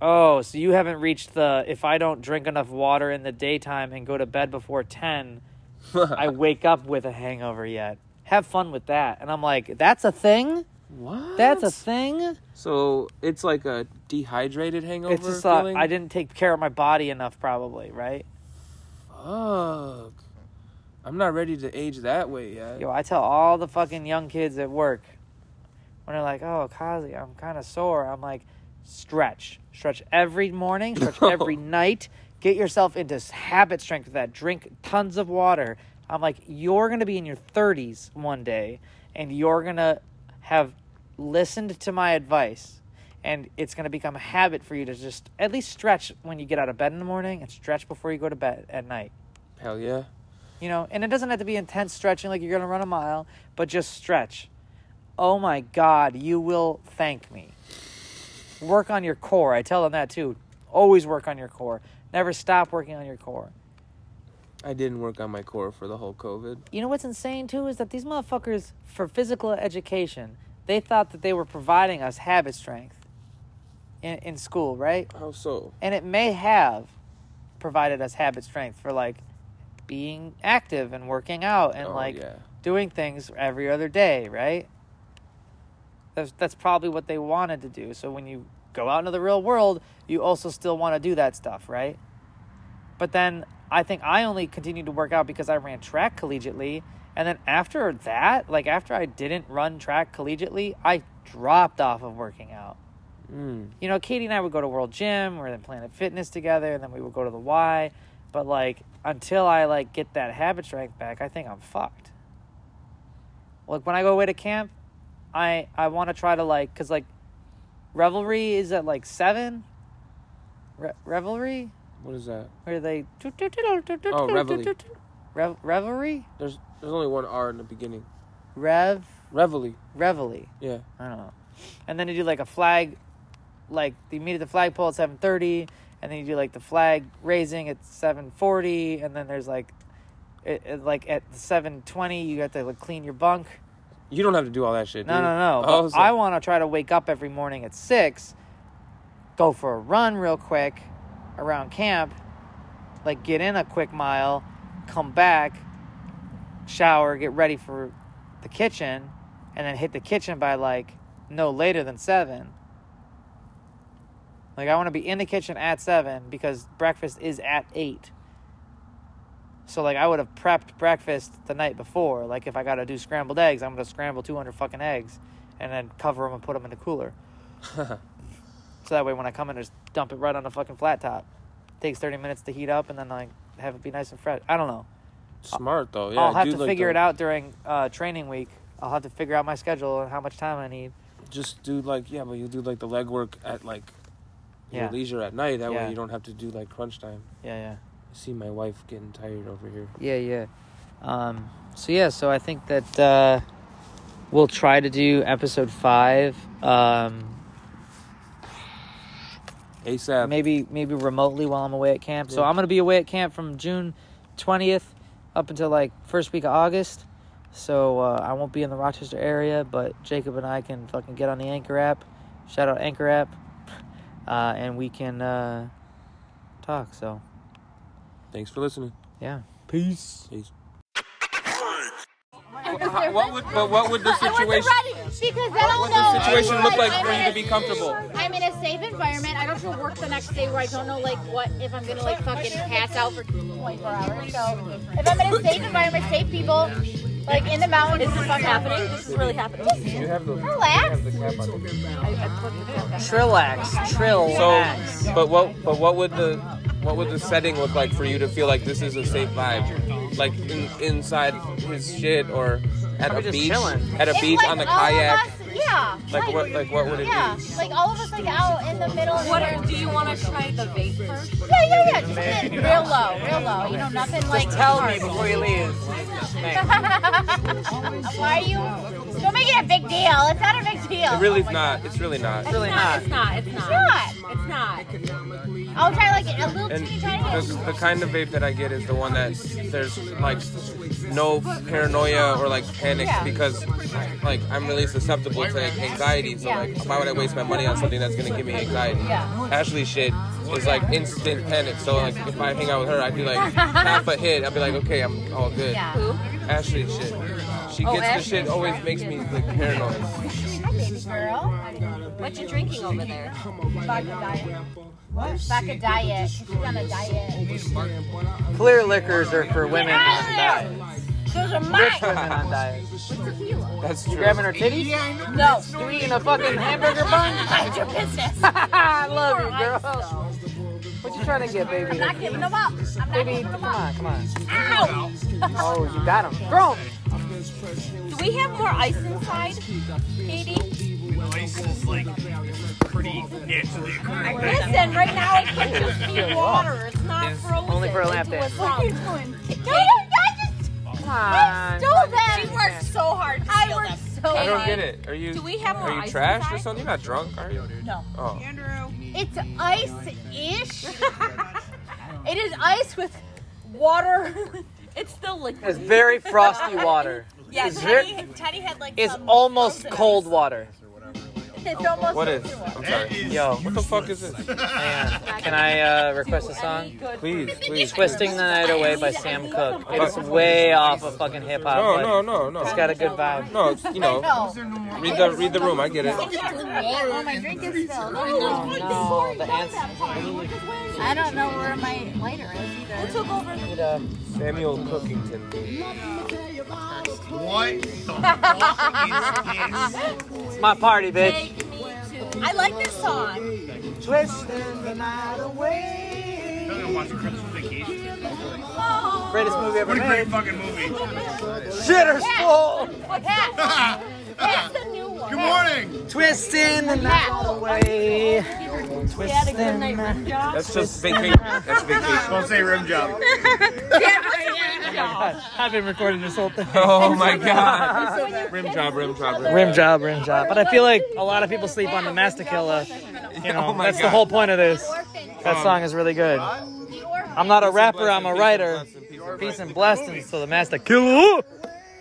Oh, so you haven't reached the if I don't drink enough water in the daytime and go to bed before 10, I wake up with a hangover yet. Have fun with that. And I'm like, that's a thing?
What?
That's a thing?
So it's like a dehydrated hangover.
It's just uh,
feeling?
I didn't take care of my body enough probably, right?
Fuck. I'm not ready to age that way yet.
Yo, I tell all the fucking young kids at work when they're like, "Oh, Kazi, I'm kind of sore." I'm like, "Stretch, stretch every morning, stretch every night. Get yourself into s- habit strength with that. Drink tons of water." I'm like, "You're gonna be in your 30s one day, and you're gonna have listened to my advice." And it's gonna become a habit for you to just at least stretch when you get out of bed in the morning and stretch before you go to bed at night
Hell yeah.
you know and it doesn't have to be intense stretching like you're gonna run a mile but just stretch oh my god you will thank me work on your core i tell them that too always work on your core never stop working on your core
I didn't work on my core for the whole COVID.
you know what's insane too is that these motherfuckers for physical education they thought that they were providing us habit strength in, in school right
How so?
and it may have provided us habit strength for like being active and working out and
Oh,
like
yeah.
doing things every other day, right? That's that's probably what they wanted to do. So when you go out into the real world, you also still want to do that stuff, right? But then I think I only continued to work out because I ran track collegiately, and then after that, like after I didn't run track collegiately, I dropped off of working out
Mm.
you know, Katie and I would go to World Gym or then Planet Fitness together, and then we would go to the Y. But like, until I like get that habit strength back, I think I'm fucked. Like when I go away to camp, I I want to try to like, cause like, Revelry is at like seven. Re- Revelry,
What is that?
where they
Oh, Reveille.
Rev- Revelry,
There's there's only one R in the beginning.
Rev
Reveille.
Revelry.
Yeah.
I don't know. And then you do like a flag, like you meet at the flagpole at seven thirty, and then you do like the flag raising at seven forty, and then there's like, it, it- like at seven twenty you have to like clean your bunk.
You don't have to do all that shit.
No,
dude.
no, no.
Oh,
But
so-
I want to try to wake up every morning at six, go for a run real quick around camp, like get in a quick mile, come back, shower, get ready for the kitchen, and then hit the kitchen by like no later than seven. Like I want to be in the kitchen at seven because breakfast is at eight. So like I would have prepped breakfast the night before. Like if I got to do scrambled eggs, I'm gonna scramble 200 fucking eggs, and then cover them and put them in the cooler. so that way when I come in, I just dump it right on the fucking flat top. takes 30 minutes to heat up, and then like have it be nice and fresh. I don't know.
Smart though. Yeah.
I'll have
do
to
like
figure
the-
it out during uh, training week. I'll have to figure out my schedule and how much time I need.
Just do like yeah, but you do like the legwork at like your
Yeah.
leisure at night. That
Yeah.
way you don't have to do like crunch time.
Yeah, yeah.
I see my wife getting tired over here.
Yeah, yeah. Um, so yeah, so I think that uh, we'll try to do episode five. Um,
ASAP.
maybe maybe remotely while I'm away at camp. So I'm gonna be away at camp from June 20th up until like first week of August. So uh, I won't be in the Rochester area, but Jacob and I can fucking get on the Anchor app. Shout out Anchor app, uh, and we can uh, talk. So
Thanks for listening.
yeah.
Peace. Peace.
How-
what would but what would the situation
Because I don't
what would
know.
the situation look like
I'm
for
in
you
a-
to be comfortable?
I'm in a safe environment. I don't have to work the next day where I don't know like what if I'm gonna like fucking pass out for 24 hours. So if I'm in a safe environment, safe people, like in the mountains, this is happening. This is really happening.
You have the
Relax.
Trillax, trill.
So, but what, but what would the, what would the setting look like for you to feel like this is a safe vibe, like in, inside his shit or at
Probably
a
just
beach,
chilling.
at a
It's
beach
like
on the
all of
kayak?
us- yeah.
Like what, like what would it
Yeah,
be?
like all of us like out in the middle. Of
What
the
are, do you want to try the vape first?
Yeah, yeah, yeah. Just something real low, real low. You know, nothing like.
before you leave.
Why are you? Don't make it a big deal. It's not a big deal.
It really is not. It's really not.
It's really not.
It's not. It's
It's
not.
not.
It's not.
I'll try like a little
And
teeny tiny.
the, the kind of vape that I get is the one that there's like no paranoia or like panic
Yeah.
because like I'm really susceptible to like anxiety. So
Yeah.
like why would I waste my money on something that's gonna give me anxiety?
Yeah.
Ashley shit is like instant panic. So like if I hang out with her, I'd be like half a hit. I'd be like okay, I'm all good.
Yeah.
Ashley shit. She
Oh,
gets the
Ashley.
shit always makes me like paranoid.
Hi, baby girl.
What you drinking over there?
Vodka diet. What? Vodka diet. She's on a diet.
Clear liquors are for women
out
on
of
diets.
Those are
Rich
mine.
women on diets.
Tequila.
That's
You
true.
grabbing her titties?
No.
You eating a fucking hamburger bun?
Mind your business.
I love you,
Poor
girl.
ice, though.
What you trying to get,
I'm
baby?
not giving them up. I'm not
Baby,
giving them
come
up.
on, come on.
Ow!
Oh, you got him. Grown.
Do we have more ice inside, Katie?
Ice is like pretty naturally occurring. thing.
Listen, right now it can just be water. It's not frozen.
Only for a lap
into
dance.
slump.
No, you I just
Come on.
stole them. She worked so hard. I worked so
I don't
hard.
get it. Are you
Do we have more
are
ice
you trash or
inside?
something? You're not drunk, are you?
No.
Oh.
It's ice-ish. it is ice with water.
It's still liquid.
It's very frosty water.
Yeah,
It's very-
Teddy, Teddy had like
It's
some
almost
frozen
cold
ice.
water.
it's almost.
What is? I'm sorry.
Yo,
What the fuck is this?
man, can I uh, request a
Any
song?
good-
Please, please.
Twisting the Night Away by Sam Cooke. It's way off of fucking hip hop.
No,
but
no, no, no.
It's got a good vibe.
No, it's- you know,
No.
read the read the room. I get it.
Oh, my drink is spilled. Oh, no.
No, the answer.
I don't know where my lighter is either.
Took over.
Need, uh,
Samuel Cookington.
What the fuck is this?
It's my party, bitch.
Take me to
I like this song.
Twisting the Night Away.
I'm gonna watch Christmas Vacation.
Greatest movie ever
What a great
made.
fucking movie.
Shitter's full.
What's that? That's the new one.
Good morning.
Twisting the Night Away. Twisting the Night
That's just big, big that's vacation.
Don't say rim job.
I've been recording this whole thing.
Oh my god. Rim job, rim job, rim.
Rim job, rim job. But I feel like a lot of people sleep on the Mastakilla. You know,
Oh my
that's the
God.
whole point of this.
Orphan.
That song is really good. I'm not a rapper, I'm a writer. Peace and blessings to the Mastakilla.